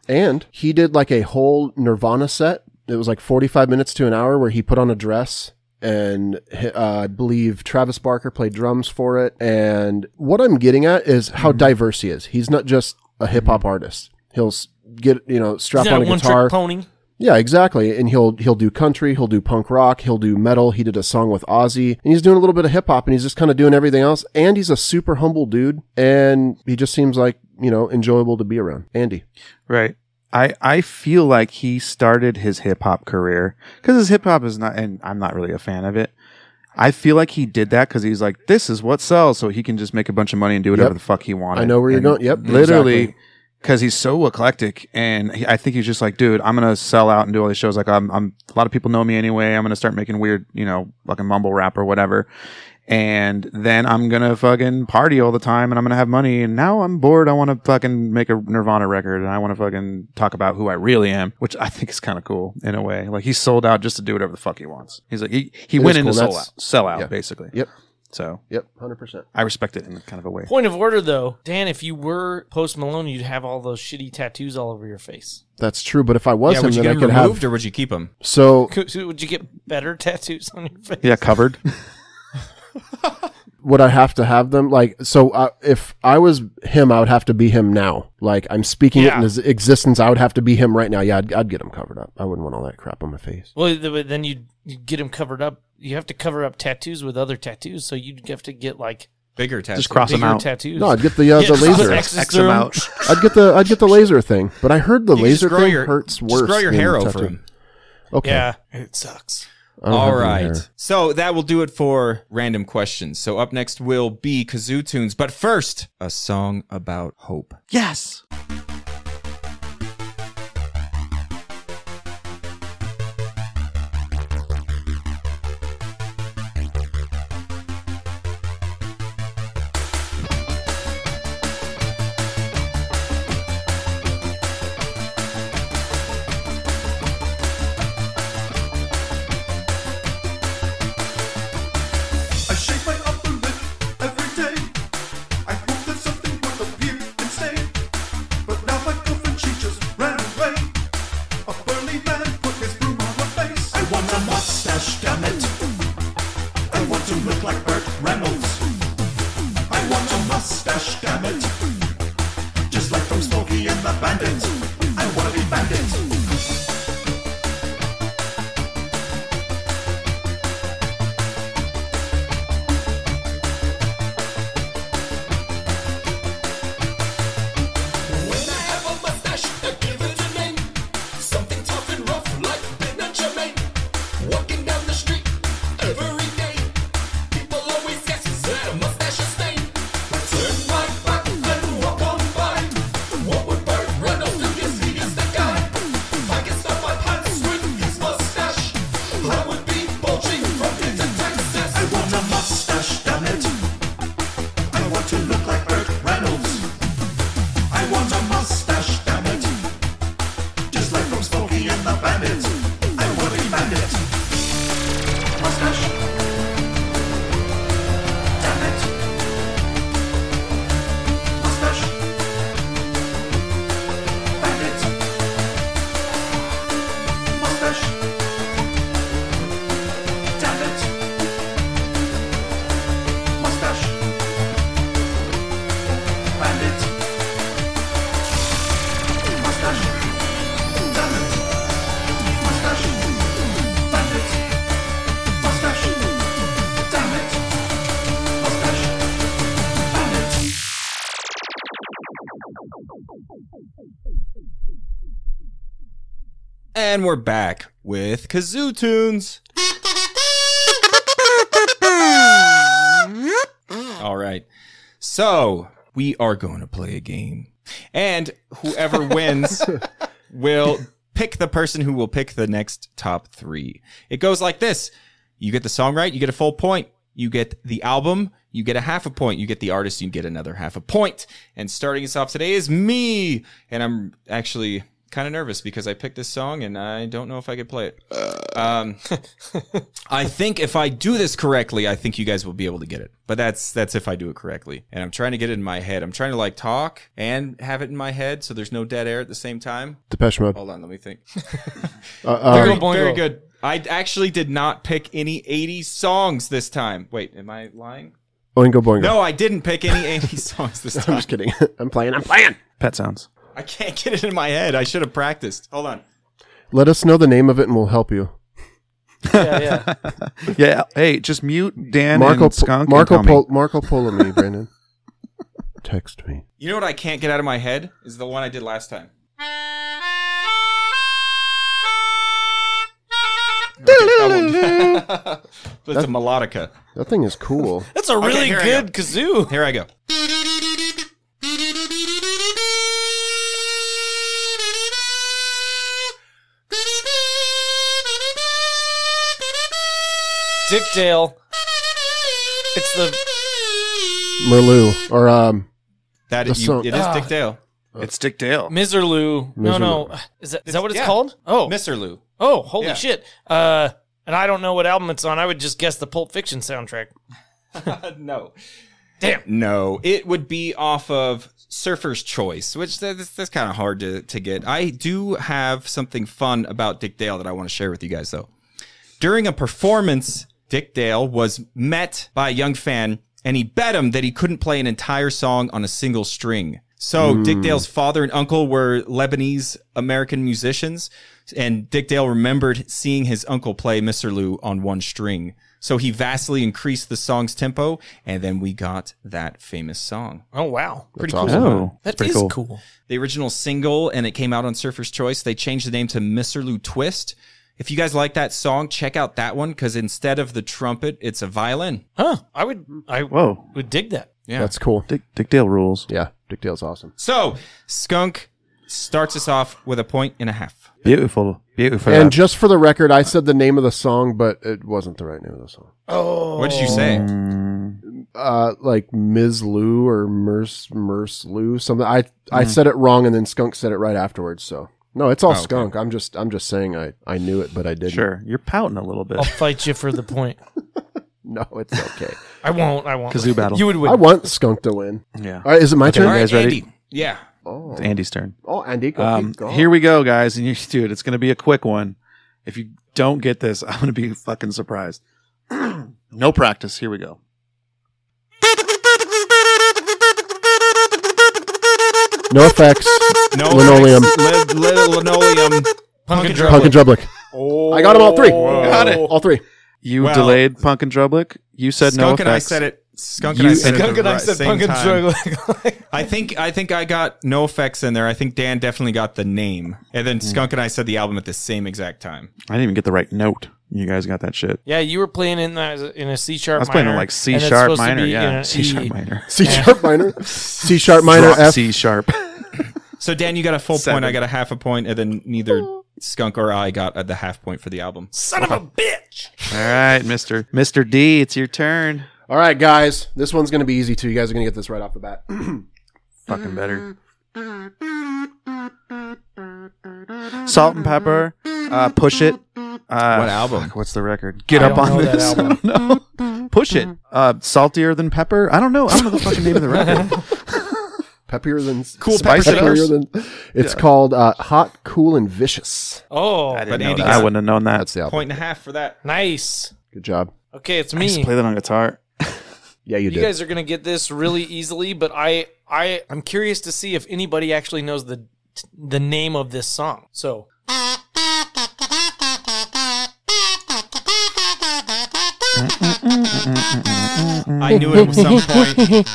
S4: And he did like a whole Nirvana set. It was like 45 minutes to an hour where he put on a dress. And uh, I believe Travis Barker played drums for it. And what I'm getting at is
S5: Mm-hmm.
S4: how diverse he is. He's not just a hip hop artist. He'll s- get you know strap
S5: He's not a
S4: on a
S5: one
S4: guitar.
S5: trick pony.
S4: Yeah, exactly. And he'll he'll do country, he'll do punk rock, he'll do metal. He did a song with Ozzy, and he's doing a little bit of hip hop, and he's just kind of doing everything else. And he's a super humble dude, and he just seems like you know enjoyable to be around. Andy.
S3: Right. I, I feel like he started his hip hop career because his hip hop is not, and I'm not really a fan of it. I feel like he did that because he's like, this is what sells, so he can just make a bunch of money and do whatever
S4: Yep.
S3: the fuck he wanted.
S4: I know where you're
S3: And
S4: going. Yep,
S3: literally,
S4: exactly.
S3: because he's so eclectic, and he, I think he's just like, dude, I'm gonna sell out and do all these shows. Like, I'm, I'm a lot of people know me anyway. I'm gonna start making weird, you know, fucking mumble rap or whatever, and then I'm gonna fucking party all the time, and I'm gonna have money. And now I'm bored. I want to fucking make a Nirvana record, and I want to fucking talk about who I really am, which I think is kind of cool in a way. Like, he sold out just to do whatever the fuck he wants. He's like, he, he
S4: It
S3: went
S4: is
S3: in
S4: cool.
S3: to sell
S4: That's-
S3: out, sell out
S4: yeah.
S3: basically.
S4: Yep.
S3: So
S4: Yep, hundred percent.
S3: I respect it in kind of a way.
S5: Point of order, though, Dan, if you were Post Malone, you'd have all those shitty tattoos all over your face.
S4: That's true. But if I was
S2: yeah,
S4: him,
S2: would you get
S4: then I
S2: him
S4: could
S2: removed
S4: have.
S2: or would you keep him?
S4: So
S5: Could- so Would you get better tattoos on your face?
S3: Yeah, covered.
S4: would I have to have them? Like, so uh, if I was him, I would have to be him now. Like, I'm speaking it
S5: Yeah.
S4: in his existence. I would have to be him right now. Yeah, I'd, I'd get him covered up. I wouldn't want all that crap on my face.
S5: Well, th- but then you'd, you'd get them covered up. You have to cover up tattoos with other tattoos, so you'd have to get like
S2: Bigger tattoo.
S3: Just cross him
S5: bigger
S3: out.
S5: tattoos.
S4: No, I'd get the uh,
S5: Yeah,
S4: the
S5: just
S4: laser.
S5: X-
S3: X him out.
S4: I'd get the I'd get the laser thing. But I heard the
S2: You can just
S4: laser
S2: grow
S4: thing
S2: your-
S4: hurts
S2: just
S4: worse.
S2: grow your
S4: than
S2: hair
S4: the
S2: over
S4: tattoo.
S2: him.
S4: Okay.
S5: yeah, it sucks.
S4: I don't have
S2: All
S4: any
S2: right.
S4: hair.
S2: So that will do it for random questions. So up next will be kazoo tunes, but first, a song about hope.
S3: yes.
S6: I shake my upper lip every day. I hope that something will appear and stay. But now my girlfriend, she just ran away. A burly man put his broom on her face. I want a mustache, damn it. I want to look like Burt Reynolds. I want a mustache, damn it. Just like from Smokey and the Bandit. I wanna be Bandit. I I would be bulging from into Texas. I want a mustache, damn it. I want to look like Burt Reynolds. I want a mustache, damn it. Just like from Smokey and the Bandit. I would be Bandit. Mustache. Damn it. Mustache. Bandit. Mustache. Damn it! Mustache! Bandit! Mustache! Damn it! Mustache! Bandit! Mustache! Damn it! Mustache! Bandit!
S2: And we're back with kazoo tunes. All right. So we are going to play a game. And whoever wins will pick the person who will pick the next top three. It goes like this you get the song right, you get a full point. You get the album, you get a half a point. You get the artist, you get another half a point. And starting us off today is me. And I'm actually kind of nervous because I picked this song and I don't know if I could play it. Um, I think if I do this correctly, I think you guys will be able to get it. But that's that's if I do it correctly. And I'm trying to get it in my head. I'm trying to like talk and have it in my head so there's no dead air at the same time.
S4: Depeche Mode.
S2: Hold on, let me think.
S4: Uh, uh,
S5: Very-
S2: very, very
S5: Boingo.
S2: good. I actually did not pick any 80s songs this time. Wait, am I lying?
S4: Oingo Boingo.
S2: No, I didn't pick any 80s songs this
S4: I'm
S2: time.
S4: just kidding. I'm playing. I'm playing.
S3: Pet sounds.
S2: I can't get it in my head. I should have practiced. Hold on.
S4: Let us know the name of it and we'll help you.
S5: Yeah, yeah.
S3: Yeah. Hey, just mute Dan
S4: Marco
S3: and
S4: Po-
S3: Skunk. and
S4: Marco
S3: tell me.
S4: Pol- Marco Polo me, Brandon. Text me.
S2: You know what I can't get out of my head is the one I did last time. Okay, that one. That's a melodica.
S4: That thing is cool.
S5: That's a really
S2: here I go.
S5: good kazoo.
S2: Here I go.
S5: Dick Dale. It's the
S4: Merlot or um
S2: That
S4: The
S2: is, you,
S4: song-
S2: it is
S5: Ah.
S2: Dick Dale.
S3: It's Dick Dale.
S5: Miserloo. No, no. Is that, is that what it's
S2: yeah.
S5: called? Oh,
S2: Mr. Lou.
S5: oh, holy
S2: Yeah.
S5: shit. Uh, and I don't know what album it's on. I would just guess the Pulp Fiction soundtrack.
S2: no.
S5: Damn.
S2: No, it would be off of Surfer's Choice, which that- that's, that's kind of hard to, to get. I do have something fun about Dick Dale that I want to share with you guys, though. During a performance, Dick Dale was met by a young fan and he bet him that he couldn't play an entire song on a single string. So Dick Dale's father and uncle were Lebanese American musicians, and Dick Dale remembered seeing his uncle play Mr. Lou on one string. So he vastly increased the song's tempo, and then we got that famous song.
S5: Oh, wow.
S2: Pretty
S4: awesome.
S2: cool.
S3: Oh,
S5: That is
S3: pretty
S5: cool.
S2: The original single, and it came out on Surfer's Choice. They changed the name to Mr. Lou Twist. If you guys like that song, check out that one because instead of the trumpet, it's a violin.
S5: Huh. I would I
S3: Whoa.
S5: would dig that.
S2: Yeah.
S4: that's cool.
S3: Dick, Dick Dale rules.
S4: Yeah, Dick Dale's awesome.
S2: So, Skunk starts us off with a point and a half.
S3: Beautiful. Beautiful.
S4: And just for the record, I said the name of the song, but it wasn't the right name of the song.
S5: Oh.
S2: What did you say?
S4: Uh, like Ms. Lou or Merce Merce Lou something. I
S3: Mm.
S4: I said it wrong, and then Skunk said it right afterwards. So no, it's all
S2: okay.
S4: Skunk. I'm just I'm just saying I I knew it, but I didn't.
S3: Oh, sure. You're pouting a little bit.
S5: I'll fight you for the point.
S4: No, it's okay.
S5: I won't. I won't.
S3: Kazoo battle.
S5: You would win.
S4: I want Skunk to win.
S3: yeah.
S4: All right, is it my turn?
S2: All right,
S3: guys ready?
S2: Andy. Yeah.
S4: Oh,
S3: It's Andy's turn.
S4: oh, Andy, go,
S3: Um,
S4: keep going.
S3: here we go, guys. And you, dude, it's going to be a quick one. If you don't get this, I'm going to be fucking surprised. no practice. Here we go.
S4: no effects.
S2: No.
S4: Linoleum.
S2: Lin- lin- linoleum.
S5: Pumpkin
S2: Drug.
S4: Pumpkin Drublick. I got them all three.
S3: Oh. Got it.
S4: All three.
S3: You
S2: Well-
S3: delayed Punk and Drublick. You said no
S2: Skunk and
S3: effects.
S2: I said it. Skunk and
S3: You-
S2: I said
S3: Skunk
S2: it. at the ri- same time.
S5: Drug.
S2: I think I think I got no effects in there. I think Dan definitely got the name, and then Skunk and I said the album at the same exact time.
S3: I didn't even get the right note. You guys got that shit.
S5: yeah, you were playing in that in a C sharp.
S3: I was playing in like C sharp minor. Yeah. C
S5: E.
S3: sharp minor.
S4: C sharp minor. C sharp minor.
S3: Drop
S4: F.
S3: C sharp.
S2: So Dan, you got a full
S3: Seven.
S2: point. I got a half a point, and then neither Skunk or I got uh, the half point for the album.
S5: Son of a bitch.
S3: All right, Mister Mister D, it's your turn.
S4: All right, guys, this one's going to be easy too. You guys are going to get this right off the bat.
S3: Fucking better. Salt and pepper. Uh, push it. Uh,
S2: What album?
S3: fuck, what's the record? Get
S5: I
S3: up
S5: don't
S3: on
S5: know that
S3: this. I
S5: album.
S3: don't know. Push it. Uh, saltier than pepper. I don't know. I don't know the fucking name of the record.
S4: peppier than
S3: Cool
S4: spice-
S3: Pepper
S4: peppier
S3: Shakers.
S4: than it's called uh, hot, cool, and vicious.
S5: Oh,
S3: I, didn't
S2: But
S3: know
S2: Andy
S3: that.
S2: got-
S3: I wouldn't have known that.
S4: That's the album.
S2: Point and a half for that.
S5: nice.
S4: Good job.
S5: Okay, it's
S3: I used
S5: me.
S3: to play that on guitar.
S4: Yeah, you,
S5: You
S4: did.
S5: guys are gonna get this really easily, but I, I, I'm curious to see if anybody actually knows the, the name of this song. So Mm.
S2: I knew it at some point.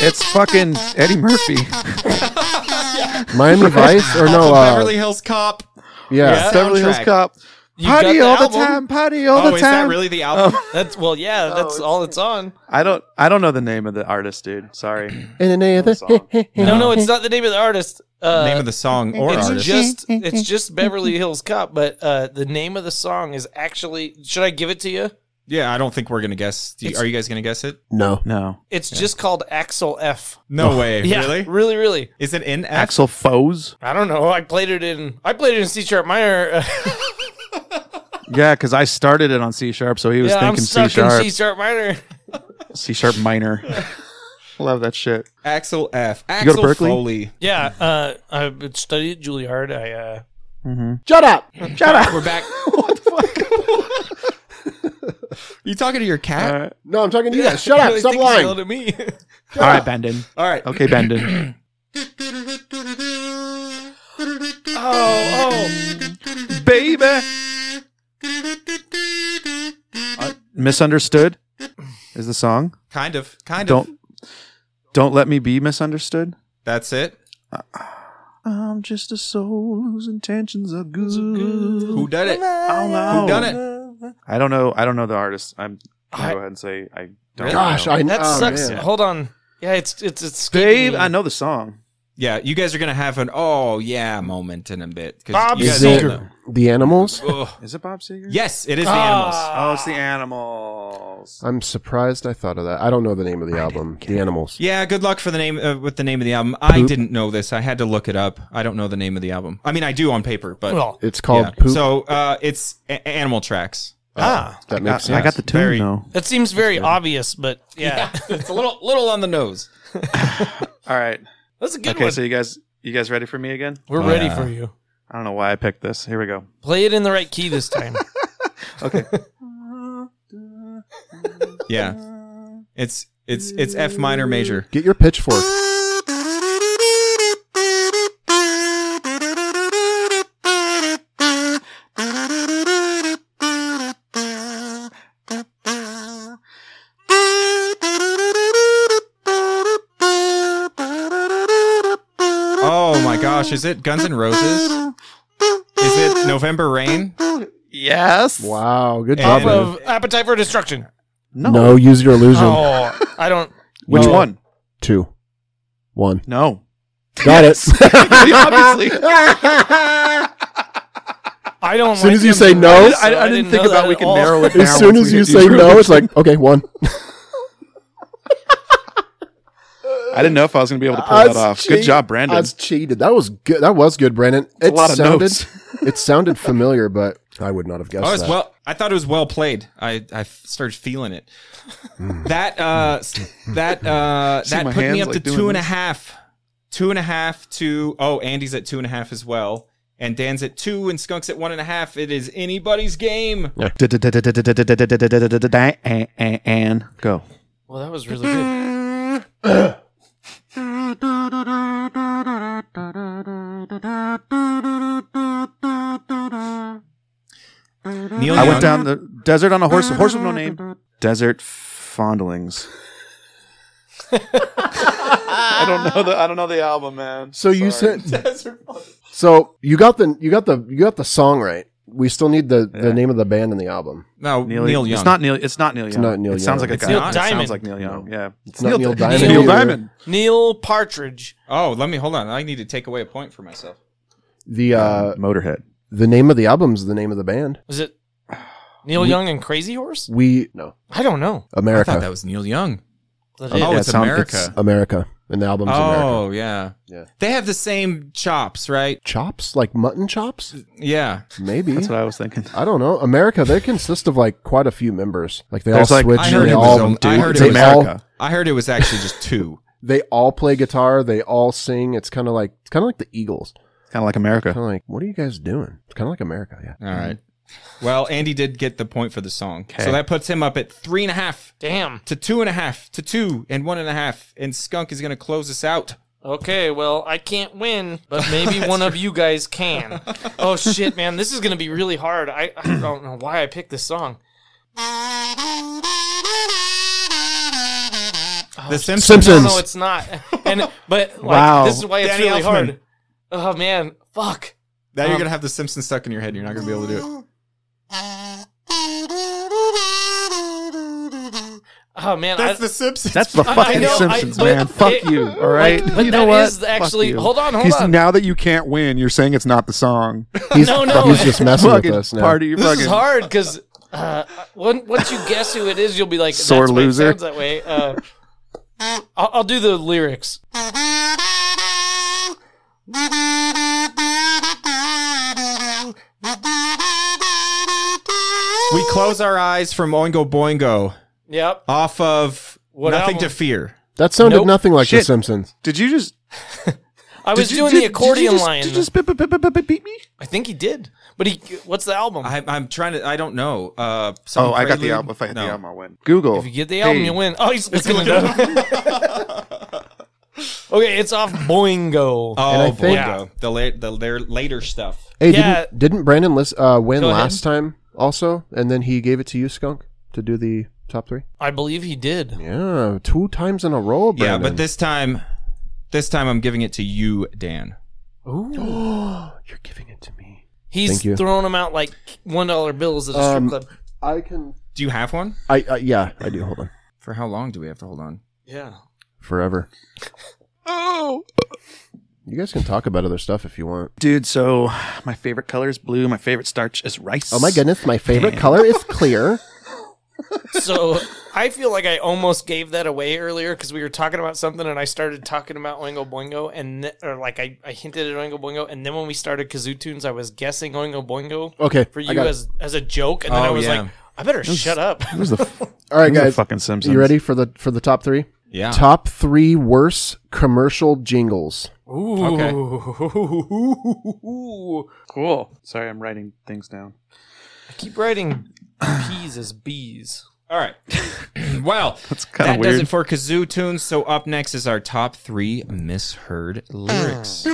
S3: It's fucking Eddie Murphy.
S4: Miami Vice or no? Uh,
S2: Beverly Hills Cop.
S4: yeah.
S5: Yeah.
S3: Beverly Hills
S2: Soundtrack.
S3: Cop.
S5: You got
S3: Party
S5: the
S3: all the
S5: album?
S3: time. Party all
S2: Oh,
S3: the
S2: is that
S3: time.
S2: really the album? Oh,
S5: that's well, yeah, that's all it's on.
S3: I don't. I don't know the name of the artist, dude. Sorry.
S4: And an A-
S5: No, no, it's not the name of the artist. Uh,
S2: Name of the song or
S5: it's
S2: artist?
S5: just it's just Beverly Hills Cop, but uh, the name of the song is actually. Should I give it to you?
S2: yeah, I don't think we're gonna guess. Do you-
S5: It's-
S2: are you guys gonna guess it?
S4: no.
S3: No.
S5: It's just called Axel F.
S2: No way.
S5: Yeah,
S2: Really?
S5: really, really.
S2: Is it in F?
S3: Axel Foes.
S5: I don't know. I played it in I played it in C sharp minor.
S3: Yeah, because I started it on C sharp, so he was
S5: yeah, I'm
S3: thinking
S5: stuck
S3: C sharp,
S5: in C sharp minor.
S3: C sharp minor. Love that shit.
S2: Axel F. Axel
S3: go to Berkeley?
S2: Foley.
S5: Yeah, uh, I studied at Juilliard. I uh,
S4: Shut up.
S3: Shut up.
S2: We're back. you talking to your cat?
S3: All right,
S4: No, I'm talking to you guys. Shut up.
S5: really
S4: Stop
S5: think he's
S4: lying.
S5: yelling at me.
S3: All right Bendon.
S2: All right.
S3: Okay, Bendon.
S5: Uh, oh,
S3: Baby. Uh, misunderstood is the song.
S2: Kind of. Kind of.
S3: Don't don't let me be misunderstood.
S2: That's it.
S3: I'm just a soul whose intentions are good.
S2: Who did it?
S5: oh,
S3: I don't know.
S2: Who done it?
S3: I don't know. I don't know the artist. I'm gonna
S5: I-
S3: go ahead and say I don't.
S4: Gosh,
S3: know.
S4: I know.
S5: that sucks.
S4: oh, man.
S5: Hold on. Yeah, it's it's it's. escaping
S3: Babe,
S5: me.
S3: I know the song.
S2: Yeah, you guys are gonna have an oh yeah moment in a bit. 'cause
S5: Bob
S2: you guys
S4: Is
S2: all
S4: it
S2: know.
S4: the animals?
S2: Ugh.
S3: Is it Bob Seger?
S2: Yes, it is the animals.
S5: Ah.
S3: Oh, it's the animals.
S4: I'm surprised I thought of that. I don't know the name of the album. The animals.
S2: Yeah, good luck for the name uh, with the name of the album. I
S4: Poop.
S2: didn't know this. I had to look it up. I don't know the name of the album. I mean, I do on paper, but
S5: Well,
S4: It's called
S2: yeah.
S4: Poop. Oh,
S2: So uh, it's a- Animal Tracks.
S5: ah,
S4: that
S3: I,
S4: makes sense.
S3: I got the tune
S2: Very-
S3: though.
S5: that seems very obvious, but yeah,
S2: it's a little little on the nose.
S3: All right.
S5: that's a good
S3: Okay,
S5: one.
S3: so you guys, you guys ready for me again?
S5: We're
S2: Yeah.
S5: ready for you.
S3: I don't know why I picked this. Here we go.
S5: Play it in the right key this time.
S3: Okay.
S2: Yeah, it's it's it's F minor major.
S4: Get your pitchfork.
S2: Oh my gosh, is it Guns N' Roses? Is it November Rain?
S3: yes.
S4: Wow, good
S2: Off
S4: job.
S5: Off
S2: Yeah.
S4: man.
S5: of Appetite for Destruction.
S3: No.
S4: No. use your illusion.
S5: Oh, I don't.
S3: Which
S4: No.
S3: one?
S4: Two, one.
S3: No.
S4: Got it.
S3: Obviously.
S5: I don't.
S4: As soon
S5: like
S4: as you
S5: them.
S4: say no,
S5: I,
S3: I, I didn't think about we can narrow it down.
S4: as soon
S3: once
S4: as
S3: we
S4: you
S3: hit
S4: say
S3: these
S4: no,
S3: rules.
S4: it's like okay, one.
S3: I didn't know if I was going to be able to pull
S4: That's
S3: that off.
S4: cheat-
S3: Good job, Brandon.
S4: That's cheated. That was good. That was good, Brandon. It
S3: a lot of
S4: sounded,
S3: notes.
S4: it sounded familiar, but I would not have guessed
S2: Oh, it's
S4: that.
S2: well. I thought it was well played. I I f- started feeling it. that uh s- that uh
S3: Hmm. See
S2: that
S3: my
S2: put me
S3: hands,
S2: up to
S3: like, doing
S2: two and a
S3: this.
S2: half, two and a half to oh Andy's at two and a half as well, and Dan's at two and Skunk's at one and a half. It is anybody's game.
S3: eh, And go.
S5: Well, that was really good.
S2: Neil
S3: I
S2: Young.
S3: went down the desert on a horse, a horse with no name. Desert fondlings. I don't know the I don't know the album, man.
S4: so you said. so you got the you got the you got the song right. We still need the,
S3: Yeah.
S4: the name of the band and the album.
S2: No, Neil, Young.
S3: It's not Neil. It's not Neil Young.
S4: It's not Neil
S3: It sounds
S4: Young.
S3: like a
S2: It's
S3: guy.
S2: Neil
S3: it
S5: Diamond.
S3: sounds like Neil Young.
S4: No.
S3: Yeah.
S4: It's not Neil Diamond
S3: Neil
S4: either.
S3: Diamond.
S5: Neil Partridge.
S2: Oh, let me hold on. I need to take away a point for myself.
S4: The
S3: Um,
S4: uh,
S3: Motorhead.
S4: the name of the album is the name of the band.
S5: Was it Neil Young and Crazy Horse?
S4: We no
S5: I don't know.
S2: I thought
S4: America,
S2: that was Neil Young.
S5: That
S2: Oh,
S5: it-
S3: yeah,
S2: it's
S3: it sound-
S2: America.
S3: it's-
S4: America, and the album's America.
S2: oh, yeah.
S4: Yeah.
S2: They have the same chops, right?
S4: Chops like mutton chops,
S2: Yeah.
S4: maybe.
S3: That's what I was thinking.
S4: I don't know. America, they consist of like quite a few members. Like they
S3: There's
S4: all
S3: like-
S4: switch.
S2: I heard
S4: they
S2: it was
S4: all,
S2: on- I heard it
S4: they
S2: was-
S4: all-
S3: America.
S2: I heard it was actually just two.
S4: they all play guitar. They all sing. It's kind of like it's kind of like the Eagles.
S3: Kind of like America.
S4: Kind of like what are you guys doing? It's kind of like America. Yeah.
S2: All right. Um, Well, Andy did get the point for the song. So
S3: Okay.
S2: that puts him up at three and a half
S5: Damn.
S2: to two and a half to two and one and a half. And Skunk is going to close us out.
S5: Okay, well, I can't win, but maybe one of you guys can. Oh shit, man, this is gonna be really hard. I, I don't know why I picked this song.
S2: the Oh, Simpsons.
S4: Simpsons.
S5: No, no, it's not. And but like,
S3: Wow.
S5: this is why it's
S2: Danny
S5: really
S2: Elfman.
S5: hard. Oh man, fuck.
S2: Now you're
S5: Um,
S2: going to have the Simpsons stuck in your head. You're not going to be able to do it.
S5: Oh man,
S2: That's
S5: I,
S2: the Simpsons.
S3: That's the
S5: I
S3: fucking
S5: know, I-
S3: Simpsons,
S5: but
S3: man.
S5: it-
S3: Fuck you. All right.
S5: Like, but
S3: you
S5: that
S3: know what?
S5: is actually-
S3: you.
S5: hold on, hold
S3: He's-
S5: on.
S3: Now that you can't win, you're saying it's not the song.
S4: He's,
S5: No, no.
S4: he's just messing with
S3: fucking
S4: us now.
S3: party.
S5: this
S3: fucking
S5: is hard because uh, when, once you guess who it is, you'll be like, That's
S3: Sore
S5: why it
S3: loser.
S5: sounds that way. Uh, I'll, I'll do the lyrics.
S2: We close our eyes from Oingo Boingo
S5: Yep.
S3: Uh,
S2: off of
S5: What
S2: Nothing
S5: album?
S2: to Fear.
S4: That sounded
S5: Nope.
S4: nothing like The
S3: Shit.
S4: Simpsons.
S3: Did you just?
S5: I was
S3: did you-
S5: doing
S3: did-
S5: the accordion
S3: did you just,
S5: line.
S3: Did you just beep, beep, beep, beep, beep, beat me?
S5: I think he did, but he. What's the album?
S2: I, I'm trying to. I don't know. Uh, some
S3: Oh, I got the
S2: prelude?
S3: album. If I had
S2: No.
S3: the album, I win. Google.
S5: If you get the album,
S3: Hey.
S5: you win. Oh, he's looking it up. okay, it's off Boingo.
S3: Uh,
S2: Oh,
S4: And I
S2: Boingo.
S4: think-
S2: The, la- the their later stuff.
S4: Hey,
S5: Yeah.
S4: didn't, didn't Brandon list, uh, win
S5: Go ahead.
S4: last time also? And then he gave it to you, Skunk, to do the top three?
S5: I believe he did.
S4: Yeah, two times in a row,
S2: Yeah,
S4: Brandon.
S2: but this time, this time I'm giving it to you, Dan.
S5: Ooh.
S4: You're giving it to me.
S5: He's
S4: Thank you.
S5: throwing them out like one dollar bills at a strip
S4: Um,
S5: club.
S4: I can.
S2: Do you have one?
S4: I uh, Yeah, I do. Hold on.
S2: For how long do we have to hold on?
S5: Yeah.
S4: Forever. Oh! You guys can talk about other stuff if you want.
S3: Dude, so my favorite color is blue. My favorite starch is rice.
S4: Oh my goodness, my favorite color is clear.
S5: So I feel like I almost gave that away earlier because we were talking about something and I started talking about Oingo Boingo and th- or like I, I hinted at Oingo Boingo and then when we started Kazoo Tunes I was guessing Oingo Boingo
S4: Okay.
S5: for
S4: I
S5: you
S4: got it.
S5: as as a joke and then
S2: Oh,
S5: I was
S2: yeah.
S5: like I better shut up.
S4: It was the f- All right,
S3: These are
S4: guys.
S3: fucking Simpsons.
S4: You ready for the for the top three?
S2: Yeah.
S4: Top three worst commercial jingles.
S5: Ooh. Cool.
S3: Sorry, I'm writing things down.
S5: I keep writing P's as B's.
S2: All right. well,
S3: That's kind
S2: that
S3: of
S2: does
S3: weird.
S2: it for Kazoo Tunes. So up next is our top three misheard lyrics.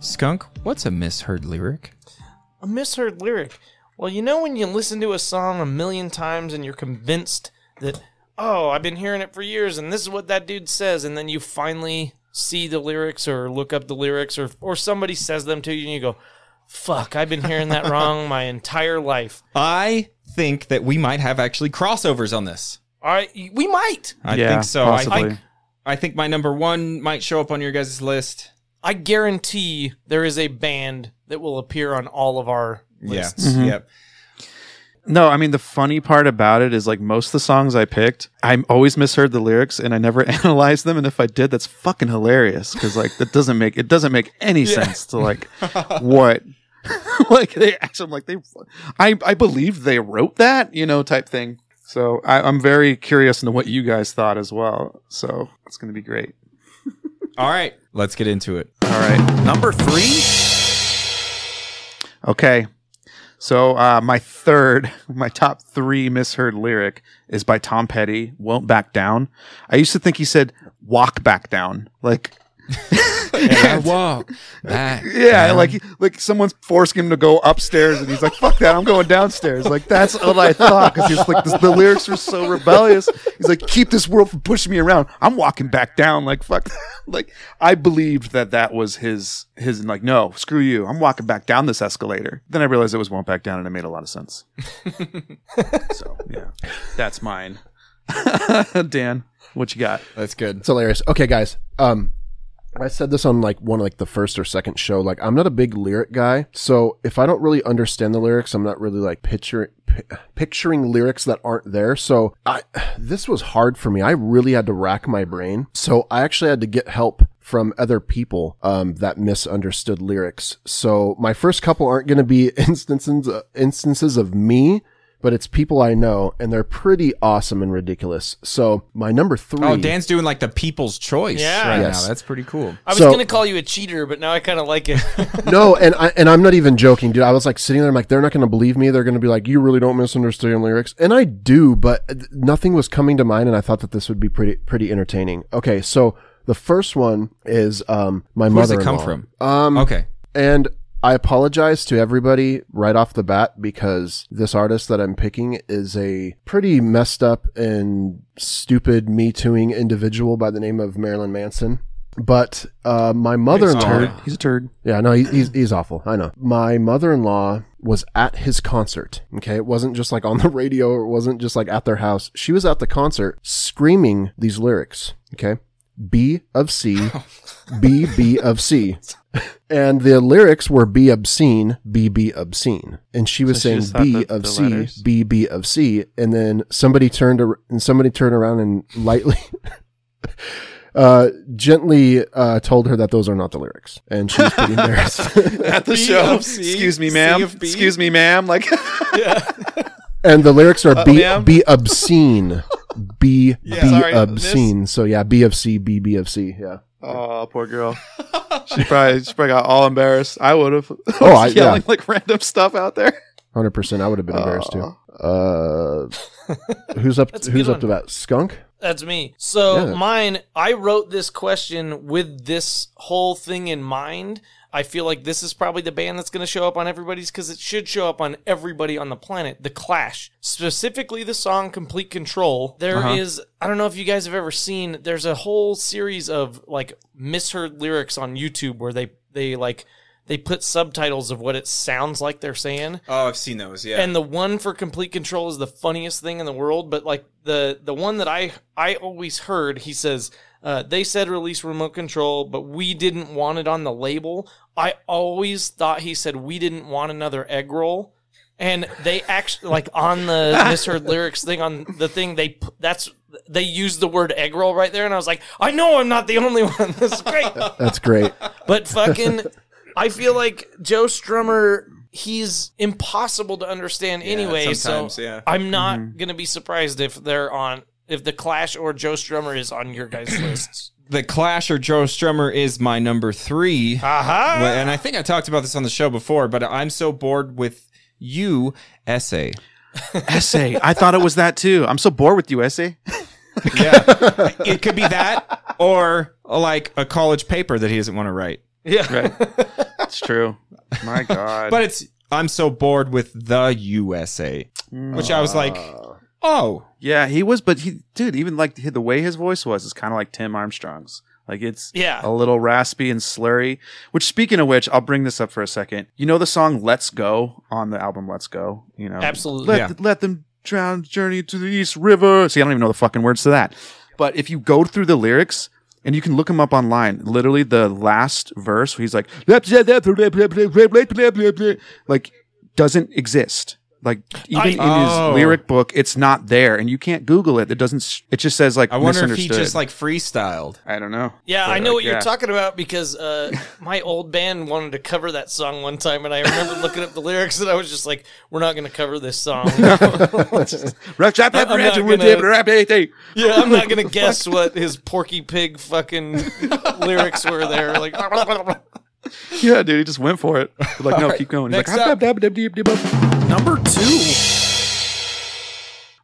S2: Skunk, what's a misheard lyric?
S5: A misheard lyric. Well, you know when you listen to a song a million times and you're convinced that, oh, I've been hearing it for years and this is what that dude says, and then you finally see the lyrics or look up the lyrics or or somebody says them to you and you go, fuck, I've been hearing that wrong my entire life.
S2: I think that we might have actually crossovers on this.
S5: All right, we might.
S2: I
S3: yeah,
S2: think so. I,
S3: Possibly.
S2: I, I think my number one might show up on your guys' list.
S5: I guarantee there is a band that will appear on all of our
S2: Yes.
S5: lists.
S3: Mm-hmm.
S2: Yep.
S3: no, I mean the funny part about it is like most of the songs I picked, I always misheard the lyrics and I never analyzed them. And if I did, that's fucking hilarious because like that doesn't make it doesn't make any sense to like what. like they actually, I'm like they, I I believe they wrote that, you know, type thing. So I, I'm very curious into what you guys thought as well. So it's gonna be great.
S2: All right. Let's get into it.
S3: All right. Number three. Okay. So uh, my third, my top three misheard lyric is by Tom Petty, Won't Back Down. I used to think he said walk back down. Like
S2: I walk back.
S5: Um,
S3: Yeah, like like someone's forcing him to go upstairs, and he's like, "Fuck that, I'm going downstairs." Like that's what I thought because he's like, this, the lyrics were so rebellious. He's like, "Keep this world from pushing me around." I'm walking back down. Like fuck, like I believed that that was his his like no, screw you. I'm walking back down this escalator. Then I realized it was won't back down, and it made a lot of sense. so yeah, that's mine. Dan, what you got?
S2: That's good.
S4: It's hilarious. Okay, guys. Um, I said this on like one of, like the first or second show. Like, I'm not a big lyric guy, so if I don't really understand the lyrics, I'm not really like picture pi picturing lyrics that aren't there. So I, this was hard for me. I really had to rack my brain. So I actually had to get help from other people um, that misunderstood lyrics. So my first couple aren't going to be instances uh, instances of me. But it's people I know, and they're pretty awesome and ridiculous. So my number three.
S2: Oh, Dan's doing like the people's choice
S5: Yeah.
S2: right
S4: Yes.
S2: now. That's pretty cool.
S5: I was
S4: So-
S5: gonna call you a cheater, but now I kind of like it.
S4: no, and I and I'm not even joking, dude. I was like sitting there, I'm like, they're not going to believe me. They're going to be like, you really don't misunderstand lyrics, and I do, but uh, th- nothing was coming to mind, and I thought that this would be pretty pretty entertaining. Okay, so the first one is um my
S2: Where does
S4: mother.
S2: it come from?
S4: Um,
S3: Mm.
S2: Okay.
S4: and I apologize to everybody right off the bat because this artist that I'm picking is a pretty messed up and stupid me tooing individual by the name of Marilyn Manson. But uh, my mother in law.
S3: He's a turd.
S4: Yeah, no, he, he's he's awful. I know. My mother-in-law was at his concert. Okay, it wasn't just like on the radio. It wasn't just like at their house. She was at the concert screaming these lyrics. Okay, B of C,
S3: Oh.
S4: B B of C, and the lyrics were B obscene, B B obscene, and she was
S3: So she
S4: saying
S3: just thought
S4: B
S3: that
S4: of
S3: the
S4: C,
S3: letters-
S4: B B of C, and then somebody turned ar- and somebody turned around and lightly. Uh, gently uh, told her that those are not the lyrics, and she was pretty embarrassed.
S3: At the
S5: B
S3: show.
S5: of C,
S3: Excuse me,
S5: C
S3: ma'am.
S5: of B.
S3: Excuse me, ma'am. Like
S4: and the lyrics are be
S3: Uh, ma'am?
S4: be obscene, be
S5: Yeah,
S4: be
S5: sorry,
S4: obscene. So yeah, B of C, B B of C. Yeah.
S3: Oh, poor girl. she probably she probably got all embarrassed. I would have.
S4: Oh, I- yeah.
S3: yelling like random stuff out there.
S4: Hundred percent. I would have been embarrassed too. Uh, who's up?
S5: That's a
S4: who's
S5: good
S4: up to that skunk?
S5: That's me. So
S4: Yeah.
S5: mine, I wrote this question with this whole thing in mind. I feel like this is probably the band that's going to show up on everybody's because it should show up on everybody on the planet. The Clash, specifically the song "Complete Control." There is- I don't know if you guys have ever seen. There's a whole series of like misheard lyrics on YouTube where they they like they put subtitles of what it sounds like they're saying.
S2: Oh, I've seen those. Yeah.
S5: And the one for complete control is the funniest thing in the world. But like the the one that I I always heard, he says, uh, "They said release remote control, but we didn't want it on the label." I always thought he said we didn't want another egg roll. And they actually like on the misheard lyrics thing on the thing they p- that's they used the word egg roll right there, and I was like, I know I'm not the only one. This is great.
S4: That's great.
S5: But fucking, I feel like Joe Strummer, he's impossible to understand anyway. So
S2: sometimes, yeah.
S5: I'm not gonna be surprised if they're on if the Clash or Joe Strummer is on your guys' lists.
S2: the Clash or Joe Strummer is my number three.
S5: Aha!
S2: Well, and I think I talked about this on the show before, but I'm so bored with you essay.
S3: Essay. I thought it was that too. I'm so bored with you, essay.
S2: Yeah. it could be that or like a college paper that he doesn't want to write.
S5: Yeah.
S3: It's true. My God.
S2: But it's I'm so bored with the USA, which I was like,
S4: Mm.
S2: oh,
S3: yeah, he was. But he, dude, even like the way his voice was, is kind of like Tim Armstrong's. Like it's
S5: Yeah.
S3: a little raspy and slurry. Which, speaking of which, I'll bring this up for a second. You know the song "Let's Go" on the album "Let's Go." You know,
S5: Absolutely.
S3: Let,
S2: Yeah.
S3: let them drown, journey to the East River. See, I don't even know the fucking words to that. But if you go through the lyrics, and you can look them up online, literally the last verse, he's like, like, doesn't exist. Like, even in his
S2: Oh.
S3: lyric book, it's not there, and you can't Google it. It doesn't, s- it just says, like,
S2: I wonder if he
S3: misunderstood.
S2: just like freestyled.
S3: I don't know.
S5: Yeah,
S3: But,
S5: I know
S3: like,
S5: what you're
S3: yeah.
S5: talking about because uh, my old band wanted to cover that song one time, and I remember looking up the lyrics, and I was just like, "We're not going to cover this song.
S3: Rough chop,
S5: I'm not
S3: rap, rap,
S5: gonna-
S3: rap, hey, hey.
S5: yeah, I'm not going to guess what his Porky Pig fucking lyrics were there." Like,
S3: Yeah, dude, he just went for it. But, like, no, keep going. He's
S2: Next
S3: like,
S2: up.
S3: "Dab, dab, dab, dab, dab."
S7: Number two.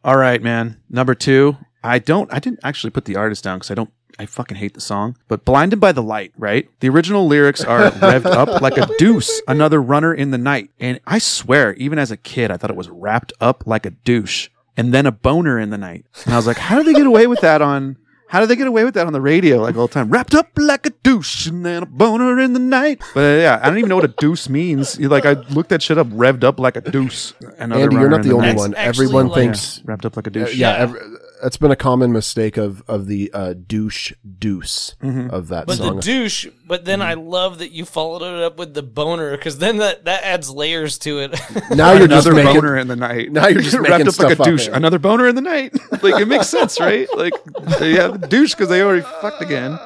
S3: All right, man. Number two, I don't. I didn't actually put the artist down because I don't. I fucking hate the song. But "Blinded by the Light," right? The original lyrics are revved up like a deuce, another runner in the night. And I swear, even as a kid, I thought it was wrapped up like a douche, and then a boner in the night. And I was like, how do they get away with that on? How do they get away with that on the radio like all the time? Wrapped up like a douche and then a boner in the night. But uh, yeah, I don't even know what a deuce means. Like I looked that shit up, revved up like a deuce. Another
S4: Andy, you're
S3: runner
S4: not
S3: in
S4: the only
S3: night.
S4: one.
S5: actually
S4: Everyone
S5: like-
S4: thinks
S3: Wrapped up like a
S4: Uh,
S3: douche.
S4: yeah,
S5: Yeah.
S4: every, that's been a common mistake of of the uh, douche deuce
S3: Mm-hmm.
S4: of that
S5: But
S4: song.
S5: the douche, but then I love that you followed it up with the boner because then that, that adds layers to it.
S4: now you're just
S3: another
S4: making
S3: boner in the night.
S4: now you're just
S3: wrapped
S4: making
S3: up like
S4: stuff
S3: a
S4: up.
S3: douche. Another boner in the night. like it makes sense, right? Like they have the douche because they already fucked again.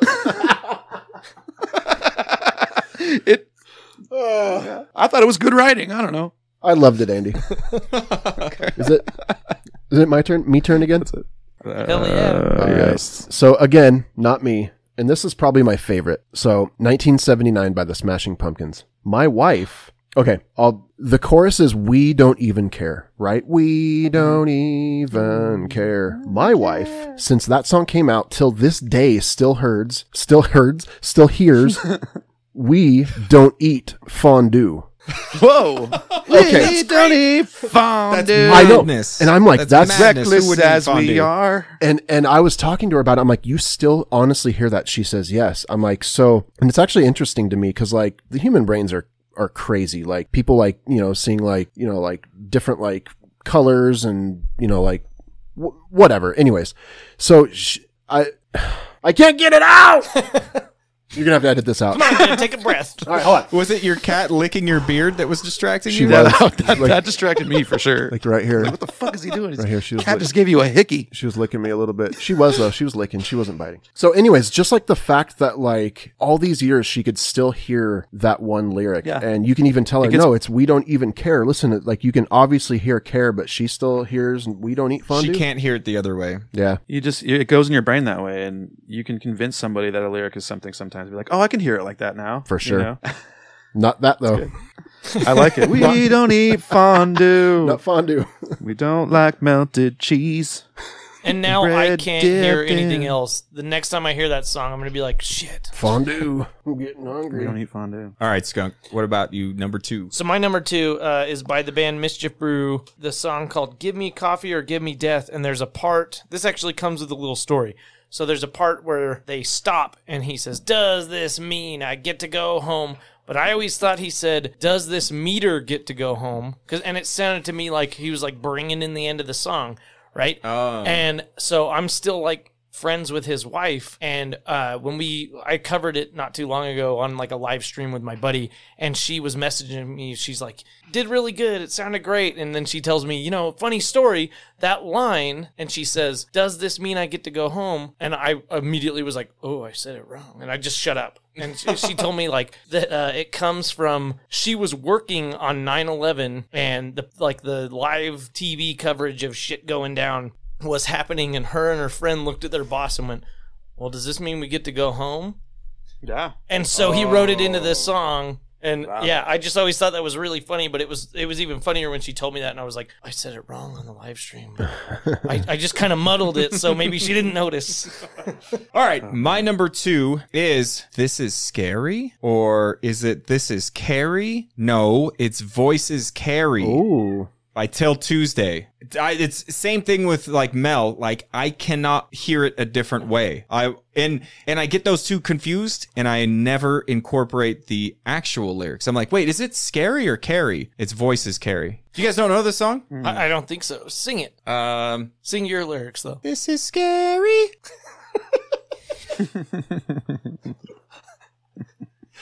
S3: it. I thought it was good writing. I don't know.
S4: I loved it, Andy. Is it is it my turn? Me turn again?
S5: Hell yeah.
S4: All right. So again, not me. And this is probably my favorite. So 1979 by the Smashing Pumpkins. My wife. Okay, I'll, the chorus is "We don't even care," right? We don't even care. My wife, since that song came out till this day, still herds, still herds, still hears. we don't eat fondue.
S3: Whoa. okay. Don't eat fondue.
S4: I know.
S2: Madness.
S4: And I'm like, that's
S2: madness. Who
S3: Reckless
S2: wouldn't
S3: as
S2: fondue?
S3: we are.
S4: And and I was talking to her about it. I'm like, you still honestly hear that? She says yes. I'm like, so, and it's actually interesting to me because like the human brains are are crazy. Like people like you know seeing like you know like different like colors and you know like w- whatever. Anyways, so sh- I I can't get it out. You're gonna have to edit this out.
S5: Come on, man, take a breath.
S4: All right, hold on.
S2: Was it your cat licking your beard that was distracting you?
S3: Yeah, that, that- that distracted me for sure.
S4: Like right here,
S3: what the fuck is he doing?
S4: right here. She was
S3: Cat
S4: like-
S3: just gave you a hickey.
S4: She was licking me a little bit. She was though. She was licking. She wasn't biting. So, anyways, just like the fact that like all these years she could still hear that one lyric,
S3: Yeah.
S4: and you can even tell her,
S3: gets-
S4: no, it's we don't even care. Listen, it- like you can obviously hear care, but she still hears we don't eat fondue.
S2: She can't hear it the other way.
S4: Yeah,
S3: you just it goes in your brain that way and you can convince somebody that a lyric is something sometimes be like oh i can hear it like that now
S4: For
S3: You
S4: sure.
S3: know?
S4: not that though.
S3: i like it we don't eat fondue
S4: Not fondue.
S3: we don't like melted cheese
S5: And now I
S3: Red
S5: can't hear
S3: dipped in.
S5: anything else. The next time I hear that song, I'm gonna be like, shit.
S4: fondue. I'm getting hungry.
S3: we don't eat fondue
S2: All right, Skunk. What about you, number two?
S5: Um, So my number two uh, is by the band Mischief Brew. The song called "Give Me Coffee or Give Me Death," and there's a part. This actually comes with a little story. So there's a part where they stop, and he says, "Does this mean I get to go home?" But I always thought he said, "Does this meter get to go home?" 'Cause- and it sounded to me like he was like bringing in the end of the song, right?
S2: Oh.
S5: And so I'm still like friends with his wife and uh when we I covered it not too long ago on like a live stream with my buddy and she was messaging me she's like did really good it sounded great and then she tells me you know funny story that line and she says does this mean I get to go home and I immediately was like oh I said it wrong and I just shut up and she, she told me like that uh, it comes from she was working on 9/11 and the like the live TV coverage of shit going down was happening and her and her friend looked at their boss and went, "Well, does this mean we get to go home?"
S3: yeah
S5: And so he wrote it into this song. And yeah, I just always thought that was really funny, but it was it was even funnier when she told me that and I was like, I said it wrong on the live stream. I, I just kind of muddled it, so maybe she didn't notice.
S2: All right, my number two is this is scary, or is it this is Carrie? No, it's voices carry.
S4: Ooh.
S2: by Till Tuesday. It's- I, it's same thing with like Mel. Like I cannot hear it a different way. I and and I get those two confused, and I never incorporate the actual lyrics. I'm like, wait, is it scary or Carrie? It's voices Carrie. You guys don't know this song?
S5: I, I don't think so. Sing it.
S2: Um,
S5: Sing your lyrics though.
S2: this is scary.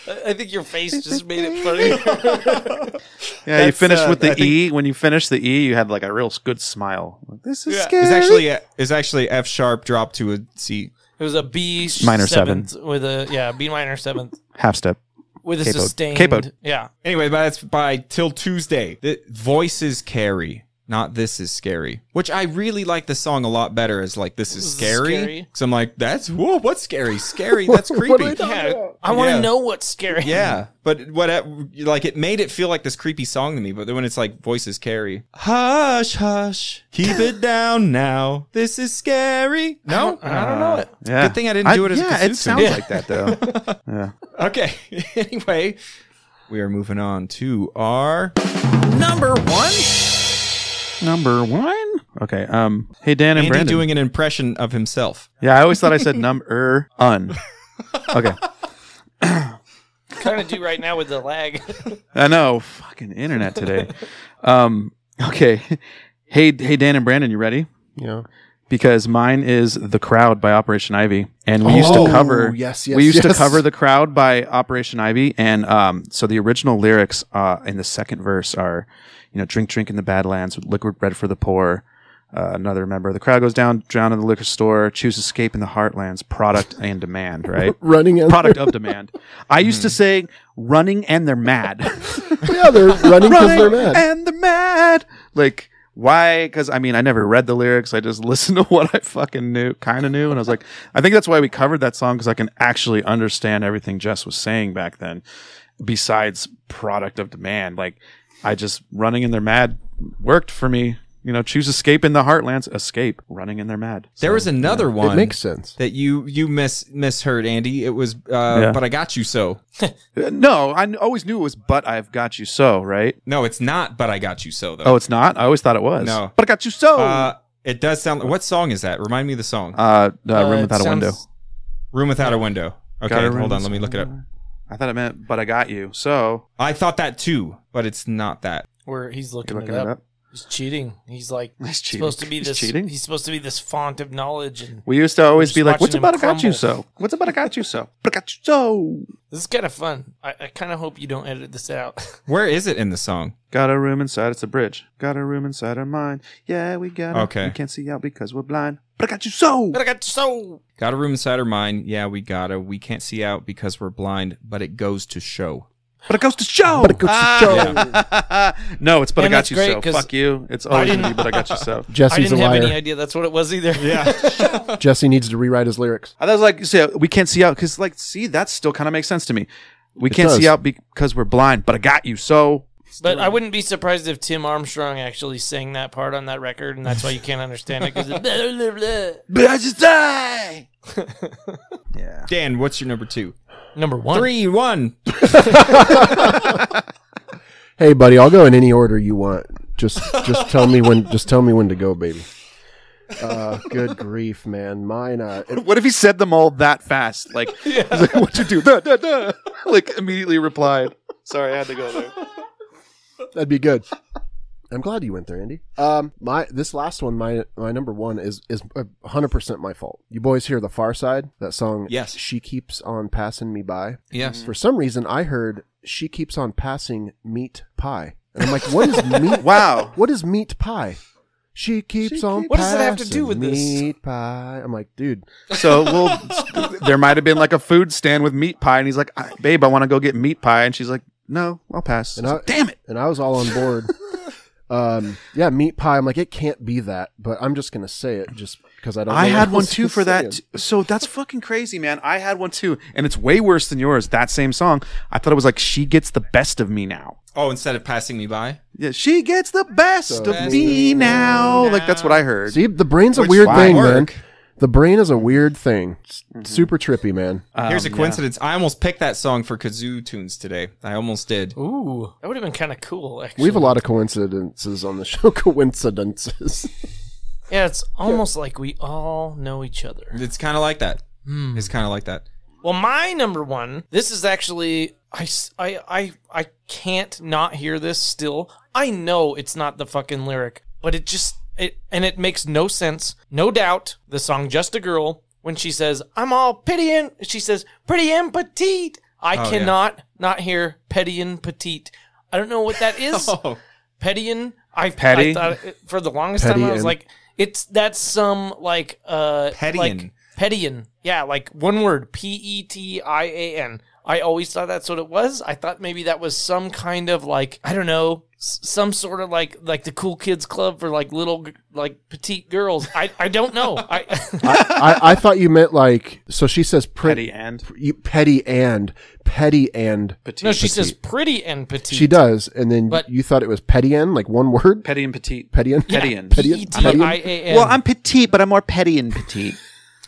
S5: I, I think your face just made it funny.
S3: yeah you
S2: That's,
S3: finished
S2: uh,
S3: with
S2: I
S3: the
S2: think-
S3: e when you finished the e you had like a real good smile Like, this is
S5: Yeah.
S3: scary
S2: It's actually is actually F sharp drop to a C.
S5: It was a B
S3: Minor
S5: seventh with a yeah, B minor seventh
S3: half step
S5: with a
S3: Capoed.
S5: sustained
S3: Capoed.
S5: yeah.
S2: Anyway, but that's by Till Tuesday. The voices carry. not this is scary, which I really like the song a lot better as like this is
S5: This is
S2: scary.
S5: scary.
S2: Because I'm like, that's whoa, what's scary? Scary, that's
S4: What
S2: creepy.
S4: are they
S5: Yeah, I want to
S2: Oh, Yeah.
S5: know what's scary.
S2: Yeah, but what like it made it feel like this creepy song to me. But then when it's like voices carry, hush, hush, keep it down now. This is scary. No, I don't, know it.
S3: Yeah.
S2: Good thing I didn't do it as a
S3: yeah,
S2: kazoo tune.
S3: it sounds like that though. yeah.
S2: Okay. anyway, we are moving on to our.
S3: Number one. Okay. Um. Hey Dan and
S2: Andy
S3: Brandon.
S2: doing an impression of himself.
S3: yeah, I always thought I said number un. Okay.
S5: kind of do right now with the lag.
S3: I know. Fucking internet today. Um. Okay. Hey, hey Dan and Brandon, you ready?
S4: Yeah.
S3: Because mine is the crowd by Operation Ivy, and we used
S4: Oh,
S3: to cover.
S4: yes, yes,
S3: we used to
S4: yes.
S3: cover the crowd by Operation Ivy, and um, so the original lyrics uh, in the second verse are, you know, drink, drink in the Badlands, liquid bread for the poor. Uh, another member of the crowd goes down, drown in the liquor store, choose escape in the heartlands, product and demand, right?
S4: Running and
S3: product of demand. I used
S4: Hmm.
S3: to say running and they're mad.
S4: yeah, they're running because
S3: running
S4: they're mad.
S3: and they're mad. Like, why? Because I mean, I never read the lyrics. I just listened to what I fucking knew, kind of knew. And I was like, I think that's why we covered that song because I can actually understand everything Jess was saying back then, besides product of demand. Like, I just running and they're mad worked for me. You know, choose escape in the heartlands, escape, running and they're mad.
S2: There was another one.
S4: It makes sense.
S2: That you you mis misheard, Andy. It was, uh, but I got you so.
S3: Uh, No, I kn- always knew it was, but I've got you so, right?
S2: No, it's not, but I got you so though.
S3: Oh, it's not? I always thought it was.
S2: No.
S3: But I got you so.
S2: uh, it does sound. What song is that? Remind me of the song.
S3: uh, uh,
S5: Uh,
S3: room
S5: it
S3: without
S5: sounds-
S3: a window.
S2: Room without a window.
S3: Got
S2: Okay,
S3: a room
S2: hold on. Let me look it up.
S3: I thought it meant, but I got you. So
S2: I thought that too, but it's not that.
S5: Where he's looking,
S3: You're
S5: it, up. He's cheating. He's like
S3: He's cheating.
S5: supposed to be
S3: He's
S5: this.
S3: cheating?
S5: He's supposed to be this font of knowledge, and
S3: We used to always
S5: Just
S3: be like,
S5: watching
S3: "What's
S5: him
S3: about I got you
S5: crumble.
S3: so? What's about I got you so? But I got you so.
S5: this is kind of fun. I, I kind of hope you don't edit this out.
S2: Where is it in the song?
S3: Got a room inside. It's a bridge. Got a room inside our mind. Yeah, we got it.
S2: Okay.
S3: We can't see out because we're blind. But I got you so.
S5: but I got so.
S2: Got a room inside our mind. Yeah, we gotta. We can't see out because we're blind, but it goes to show.
S3: But it goes to show.
S4: But it goes to
S3: show. no, it's but
S5: And
S3: I got
S5: that's
S3: you
S5: great
S3: so.
S5: 'cause
S3: Fuck you. It's always gonna be
S5: didn't-
S3: but I got you so.
S5: I
S4: Jesse's a
S5: didn't have any
S4: liar.
S5: idea that's what it was either.
S4: Jesse needs to rewrite his lyrics.
S3: I was like, so we can't see out because, like, see, that still kind of makes sense to me. We can't
S4: does.
S3: see out because we're blind. But I got you so.
S5: But I wouldn't be surprised if Tim Armstrong actually sang that part on that record, and that's why you can't understand it because
S3: But I just die. yeah.
S2: Dan, what's your number two?
S5: number one.
S2: Three, one.
S4: Hey, buddy, I'll go in any order you want. Just, just tell me when. Just tell me when to go, baby. Uh, good grief, man. Mine. Uh, it-
S3: What if he said them all that fast? Like, he's like what'd you do? Da, da, da. Like, immediately replied. Sorry, I had to go there.
S4: that'd be good. I'm glad you went there, Andy. Um, my this last one, my my number one is is 100 percent my fault. You boys hear the Far Side? That song.
S2: Yes.
S4: She keeps on passing me by.
S2: Yes.
S4: For some reason, I heard she keeps on passing meat pie, and I'm like, what is meat?
S3: Wow.
S4: What is meat pie? She keeps on.
S5: What does that have to
S4: passing
S5: do with
S4: meat
S5: this?
S4: pie? I'm like, dude.
S3: So, well, there might have been like a food stand with meat pie, and he's like, "I- babe, I want to go get meat pie. And she's like, no, I'll pass.
S4: And
S3: It's
S4: I-
S3: like, Damn it.
S4: and I was all on board. um, yeah, meat pie. I'm like, it can't be that, but I'm just gonna say it just because I don't.
S3: I
S4: know
S3: had
S4: what
S3: one
S4: else
S3: too
S4: to
S3: for
S4: say.
S3: that. t- So that's fucking crazy, man. I had one too, and it's way worse than yours. That same song. I thought it was like she gets the best of me now.
S2: Oh, instead of passing me by.
S3: Yeah, she gets the best
S4: The
S3: of me now. Like that's what I heard.
S4: See, the brain's a
S2: Which
S4: weird
S2: might
S4: thing, man.
S2: work.
S4: The brain is a weird thing. It's
S3: mm-hmm.
S4: Super trippy, man.
S3: Um,
S2: Here's a
S3: yeah.
S2: coincidence. I almost picked that song for kazoo tunes today. I almost did.
S5: Ooh, that would have been kind of cool. Actually,
S4: We have a lot of coincidences on the show. coincidences.
S5: Yeah, it's almost like we all know each other.
S2: It's kind of like that.
S3: Hmm.
S2: It's kind of like that.
S5: Well, my number one, this is actually, I, s- I, I, I can't not hear this still. I know it's not the fucking lyric, but it just, it, and it makes no sense. No doubt, the song Just a Girl, when she says, I'm all petty and, she says, pretty and petite. I
S2: yeah.
S5: cannot not hear petty and petite. I don't know what that is.
S2: Oh,
S5: Petty and, I,
S3: Petty?
S5: I thought it, for the longest
S4: Petty
S5: time, I was
S4: and-
S5: like, it's, that's some like, uh,
S2: Petty
S5: like-
S2: and-
S5: Petian. Yeah, like one word. P E T I A N. I always thought that's what it was. I thought maybe that was some kind of like, I don't know, s- some sort of like like the cool kids club for like little g- like petite girls. I I don't know. I
S4: I, I thought you meant like so she says pretty
S3: Petty and
S4: you, petty and petty and
S3: petite.
S5: no. She says pretty and petite.
S4: she does and then
S5: But-
S4: you thought it was petty and like one word
S3: petty and petite.
S4: petty and
S3: Petty and
S4: Petty
S5: P E
S4: and-
S5: T I A N.
S3: Well, I'm petite, but I'm more petty and petite.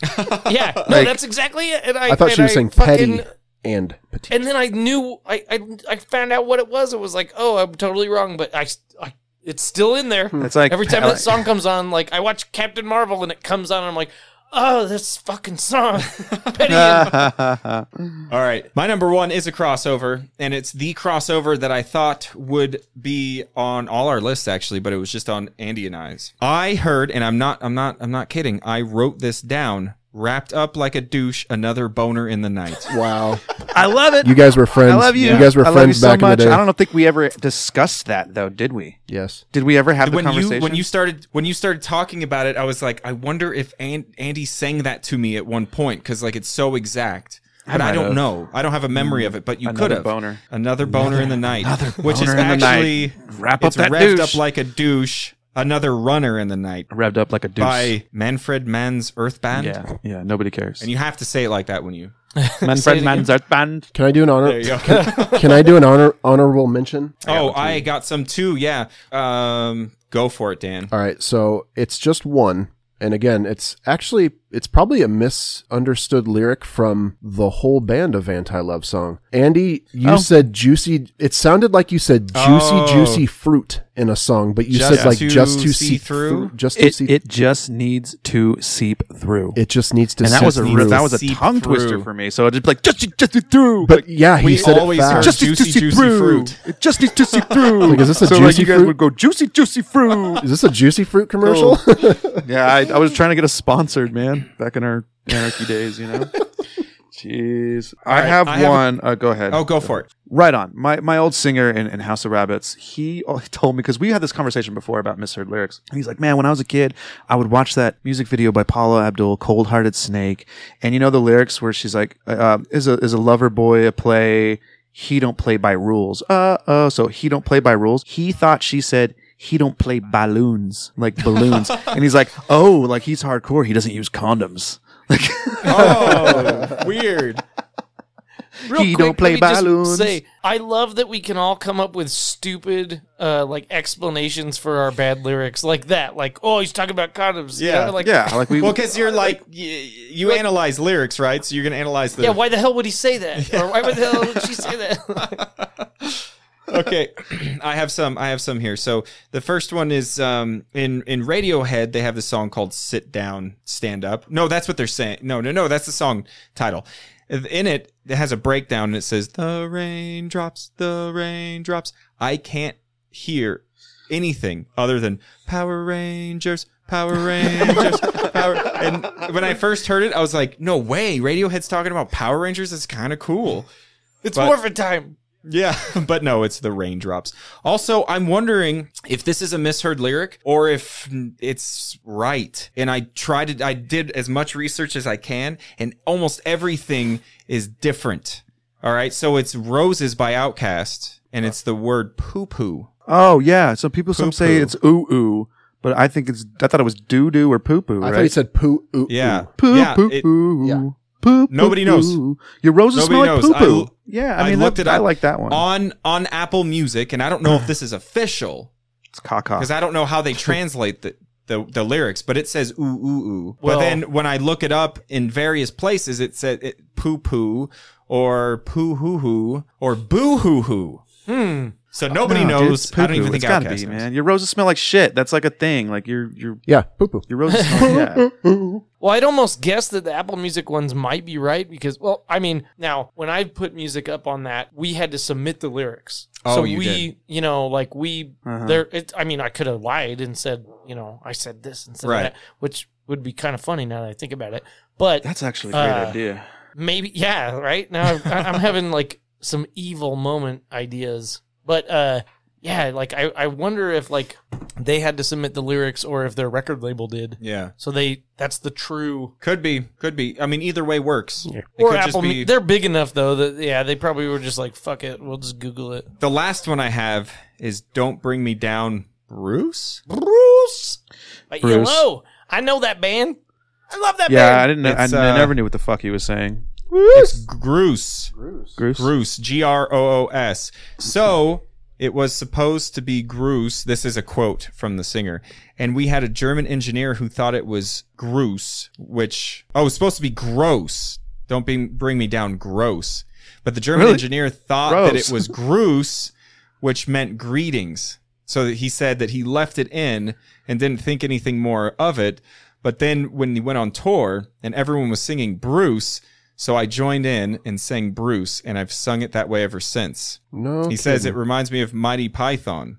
S5: yeah. No, that's exactly it. And I,
S4: I thought she
S5: and
S4: was
S5: I
S4: saying
S5: fucking-
S4: petty and petite
S5: And then I knew I, I I found out what it was. It was like, oh, I'm totally wrong, but I, I it's still in there.
S3: It's like
S5: every time
S3: like-
S5: that song comes on, like I watch Captain Marvel and it comes on, and I'm like, oh, this fucking song. Petty
S3: Ah,
S5: and-
S2: All right. My number one is a crossover, and it's the crossover that I thought would be on all our lists actually, but it was just on Andy and I's. I heard, and I'm not I'm not I'm not kidding, I wrote this down. Wrapped up like a douche, another boner in the night.
S4: wow
S3: I love it.
S4: you guys were friends
S3: I love you.
S4: you guys were
S3: I love you
S4: friends
S3: so
S4: back in the
S3: much.
S4: day
S3: I don't think we ever discussed that though, did we?
S4: yes
S3: Did we ever have the
S2: when you
S3: conversation?
S2: when you started when you started talking about it, I was like, I wonder if An- Andy sang that to me at one point because like it's so exact. But I,
S3: might
S2: don't
S3: have.
S2: know. I don't have a memory of it. But you
S3: Another
S2: could have
S3: boner.
S2: another boner in the night,
S3: another
S2: which is
S3: boner in the
S2: actually
S3: night. Wrap up
S2: it's
S3: that
S2: revved up
S3: douche.
S2: like a douche. Another runner in the night
S3: revved up like a deuce.
S2: by Manfred Mann's Earth Band.
S3: Yeah, yeah. Nobody cares.
S2: and you have to say it like that when you.
S3: Manfred Mann's Earth Band.
S4: can I do an honor
S2: There you go.
S4: can I do an honor honorable mention
S2: oh, I got some too. Yeah. Um, go for it, Dan.
S4: All right, so it's just one. And again, it's actually it's probably a misunderstood lyric from the whole band of Anti Love Song. Andy, you
S3: Oh.
S4: said juicy. It sounded like you said juicy,
S2: Oh.
S4: juicy fruit in a song, but you
S2: Just
S4: said like
S2: to
S4: just to
S2: see
S4: see
S2: through?
S4: through. Just to
S3: It
S4: see.
S3: it just needs to seep through.
S4: it just needs to.
S3: and that
S4: see
S3: was a
S4: through.
S3: re- that was a
S2: Seep
S3: tongue twister
S2: through.
S3: for me. So it just like just just seep through.
S4: But yeah, he
S2: We
S4: said it
S2: always
S4: fast.
S2: heard-
S3: just needs to
S2: Juicy,
S3: seep
S2: juicy
S3: through.
S2: fruit.
S3: It just needs to seep through.
S4: Like, is this a
S3: so like
S4: juicy
S3: you guys
S4: fruit?
S3: would go juicy juicy fruit.
S4: Is this a juicy fruit commercial?
S2: Oh.
S3: yeah, I, I was trying to get us sponsored, man. Back in our anarchy days, you know. Jeez, I
S2: right,
S3: have
S2: I have a-
S3: one. uh, go ahead.
S2: Oh, go for it.
S3: Right on. My my old singer in, in House of Rabbits, he al- told me because we had this conversation before about misheard lyrics, and he's like, "Man, when I was a kid, I would watch that music video by Paula Abdul, Cold Hearted Snake, and you know the lyrics where she's like, uh, uh, is a is a lover boy a play? He don't play by rules. Uh oh, so he don't play by rules. He thought she said." He don't play balloons like balloons, and he's like, "Oh, like he's hardcore. He doesn't use condoms. Like,
S2: Oh, weird.
S5: Real
S3: He
S5: quick,
S3: don't
S5: let
S3: play
S5: me just
S3: balloons.
S5: Say, I love that we can all come up with stupid uh, like explanations for our bad lyrics like that. Like, oh, he's talking about condoms. You
S2: Yeah.
S5: know, like,
S3: yeah, like we
S2: Well, because you're like you, you
S5: Like-
S2: analyze lyrics, right? So you're gonna analyze the.
S5: Yeah, why the hell would he say that? Or why would the hell would she say that?
S2: okay i have some i have some here so the first one is um in in radiohead they have the song called sit down stand up no that's what they're saying no no no that's the song title in it it has a breakdown and it says the rain drops the rain drops i can't hear anything other than power rangers power rangers power and when i first heard it i was like no way radiohead's talking about power rangers that's kind of cool
S5: It's
S2: But-
S5: morphin' time.
S2: yeah, but no, it's the raindrops. Also, I'm wondering if this is a misheard lyric or if it's right. And I tried to, I did as much research as I can, and almost everything is different. All right, so it's Roses by Outcast, and it's the word poo poo.
S3: Oh yeah. So people some say
S2: Poo-poo.
S3: it's ooh ooh, but I think it's I thought it was doo doo or poo poo.
S4: I
S3: right?
S4: thought he said poo. Ooh,
S2: Yeah.
S4: ooh.
S3: poo
S2: yeah,
S3: poo
S2: it-
S3: poo.
S4: Yeah.
S3: Poo, poo,
S2: Nobody knows.
S3: poo. Your roses
S2: Nobody
S3: smell like
S2: knows.
S3: poo
S2: I
S3: poo.
S2: l-
S3: Yeah, I
S2: I
S3: mean,
S2: looked
S3: that,
S2: it
S3: I
S2: up
S3: like that one.
S2: On on Apple Music, and I don't know if this is official
S3: it's caca.
S2: because I don't know how they translate the, the the lyrics, but it says ooh ooh ooh.
S5: Well-
S2: but then when I look it up in various places, it said it, poo poo or poo hoo hoo or boo hoo hoo.
S5: Hmm.
S2: So nobody
S3: No, dude,
S2: knows.
S3: it's
S2: I don't
S3: poo-poo.
S2: even think
S3: it's gotta
S2: Outkast
S3: be,
S2: knows.
S3: man. Your roses smell like shit. That's like a thing. Like your your
S4: Yeah, poo poo.
S3: your roses smell. yeah.
S5: Well, I'd almost guess that the Apple Music ones might be right because, well, I mean, now when I put music up on that, we had to submit the lyrics.
S2: Oh,
S5: so
S2: you
S5: we,
S2: did.
S5: you know, like we
S3: Uh-huh.
S5: there. It, I mean, I could have lied and said, you know, I said this instead
S2: Right.
S5: of that, which would be kind of funny now that I think about it. But
S3: That's actually a great
S5: Uh,
S3: idea.
S5: maybe yeah right now I- i'm having like some evil moment ideas but uh yeah like i i wonder if like they had to submit the lyrics, or if their record label did.
S2: Yeah.
S5: So they that's the true.
S2: Could be. Could be. I mean, either way works. It
S5: Or
S2: could
S5: Apple,
S2: just
S5: Mu-
S2: be-
S5: they're big enough though that yeah, they probably were just like fuck it, we'll just Google it.
S2: The last one I have is Don't Bring Me Down, Bruce?
S5: Bruce, Like,
S3: Bruce.
S5: hello, I know that band. I love that
S3: Yeah, I
S5: band.
S3: didn't. Know, I
S2: It's,
S3: n-
S2: uh,
S3: never knew what the fuck he was saying.
S2: It's Gruce.
S3: Groose.
S2: Gruce. G R O O S. So it was supposed to be Gruce. This is a quote from the singer. And we had a German engineer who thought it was Gruce, which, oh, it was supposed to be gross. Don't be, bring me down, gross. But the German
S3: Really?
S2: engineer thought that
S3: Gross.
S2: it was Gruce, which meant greetings. So that he said that he left it in and didn't think anything more of it. But then when he went on tour and everyone was singing Bruce, so I joined in and sang Bruce, and I've sung it that way ever since.
S4: No.
S2: He says it reminds me of Mighty Python.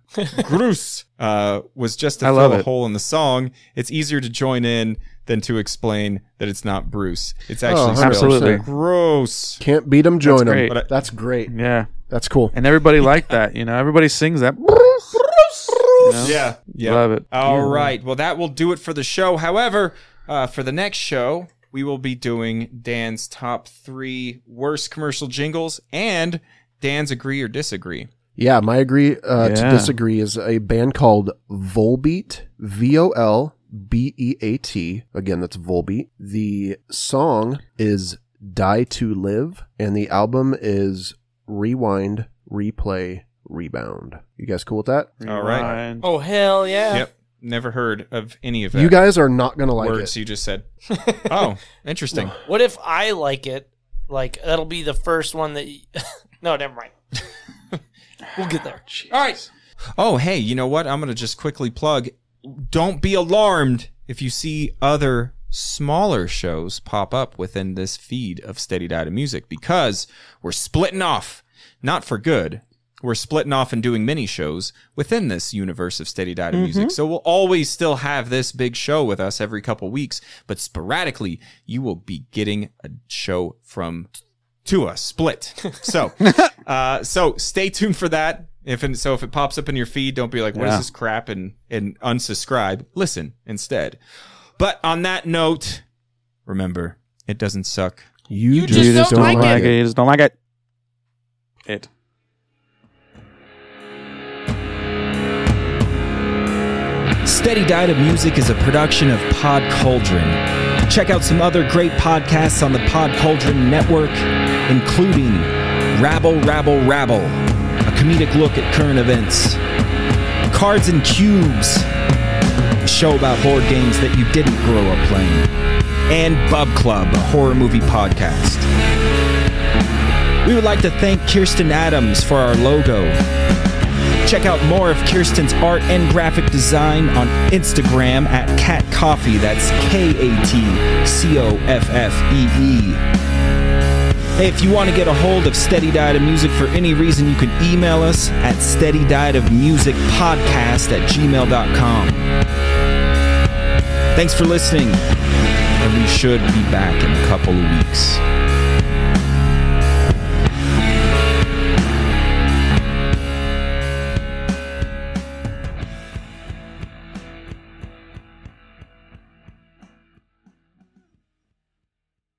S2: Bruce uh, was just to
S3: I
S2: fill
S3: love
S2: a
S3: it.
S2: hole in the song. It's easier to join in than to explain that it's not Bruce. It's actually
S4: Oh,
S2: spelled
S3: absolutely.
S2: gross.
S4: Can't beat them, join them.
S3: great.
S4: That's, great.
S3: Yeah,
S4: That's cool.
S3: and everybody liked that. You know, everybody sings that. You
S4: Oh.
S3: know?
S2: Yeah, yeah.
S3: Love it.
S2: All right. Well, that will do it for the show. However, uh, for the next show, we will be doing Dan's top three worst commercial jingles and Dan's agree or disagree.
S4: Yeah, my agree uh, to
S3: Yeah.
S4: disagree is a band called Volbeat, V O L B E A T. Again, that's Volbeat. The song is Die to Live, and the album is Rewind, Replay, Rebound. You guys cool with that?
S2: All right.
S3: Rewind.
S5: Oh hell yeah.
S2: Yep. Never heard of any of that.
S4: You guys are not going to like
S2: words
S4: it.
S2: you just said. oh, interesting.
S5: What if I like it? Like that'll be the first one that. You... no, never mind. we'll get there.
S2: All right. Oh, hey, you know what? I'm going to just quickly plug. Don't be alarmed if you see other smaller shows pop up within this feed of Steady Diet of Music because we're splitting off, not for good. We're splitting off and doing mini shows within this universe of Steady Diet of Music. So we'll always still have this big show with us every couple weeks, but sporadically, you will be getting a show from to us split. So, uh, so stay tuned for that. If and so, if it pops up in your feed, don't be like, "What is
S3: Yeah.
S2: this crap?" and and unsubscribe. Listen instead. But on that note, remember, it doesn't suck.
S4: You,
S5: just
S3: You just
S5: don't
S3: don't
S5: like
S3: like,
S5: it.
S3: it. You just don't like it. It.
S2: Steady Diet of Music is a production of Pod Cauldron. Check out some other great podcasts on the Pod Cauldron network, including Rabble Rabble Rabble, a comedic look at current events, Cards and Cubes, a show about horror games that you didn't grow up playing, and Bub Club, a horror movie podcast. We would like to thank Kirsten Adams for our logo. Check out more of Kirsten's art and graphic design on Instagram at Cat Coffee. That's K A T C O F F E E. Hey, if you want to get a hold of Steady Diet of Music for any reason, you can email us at Steady Diet of Music Podcast at gmail.com. Thanks for listening, and we should be back in a couple of weeks.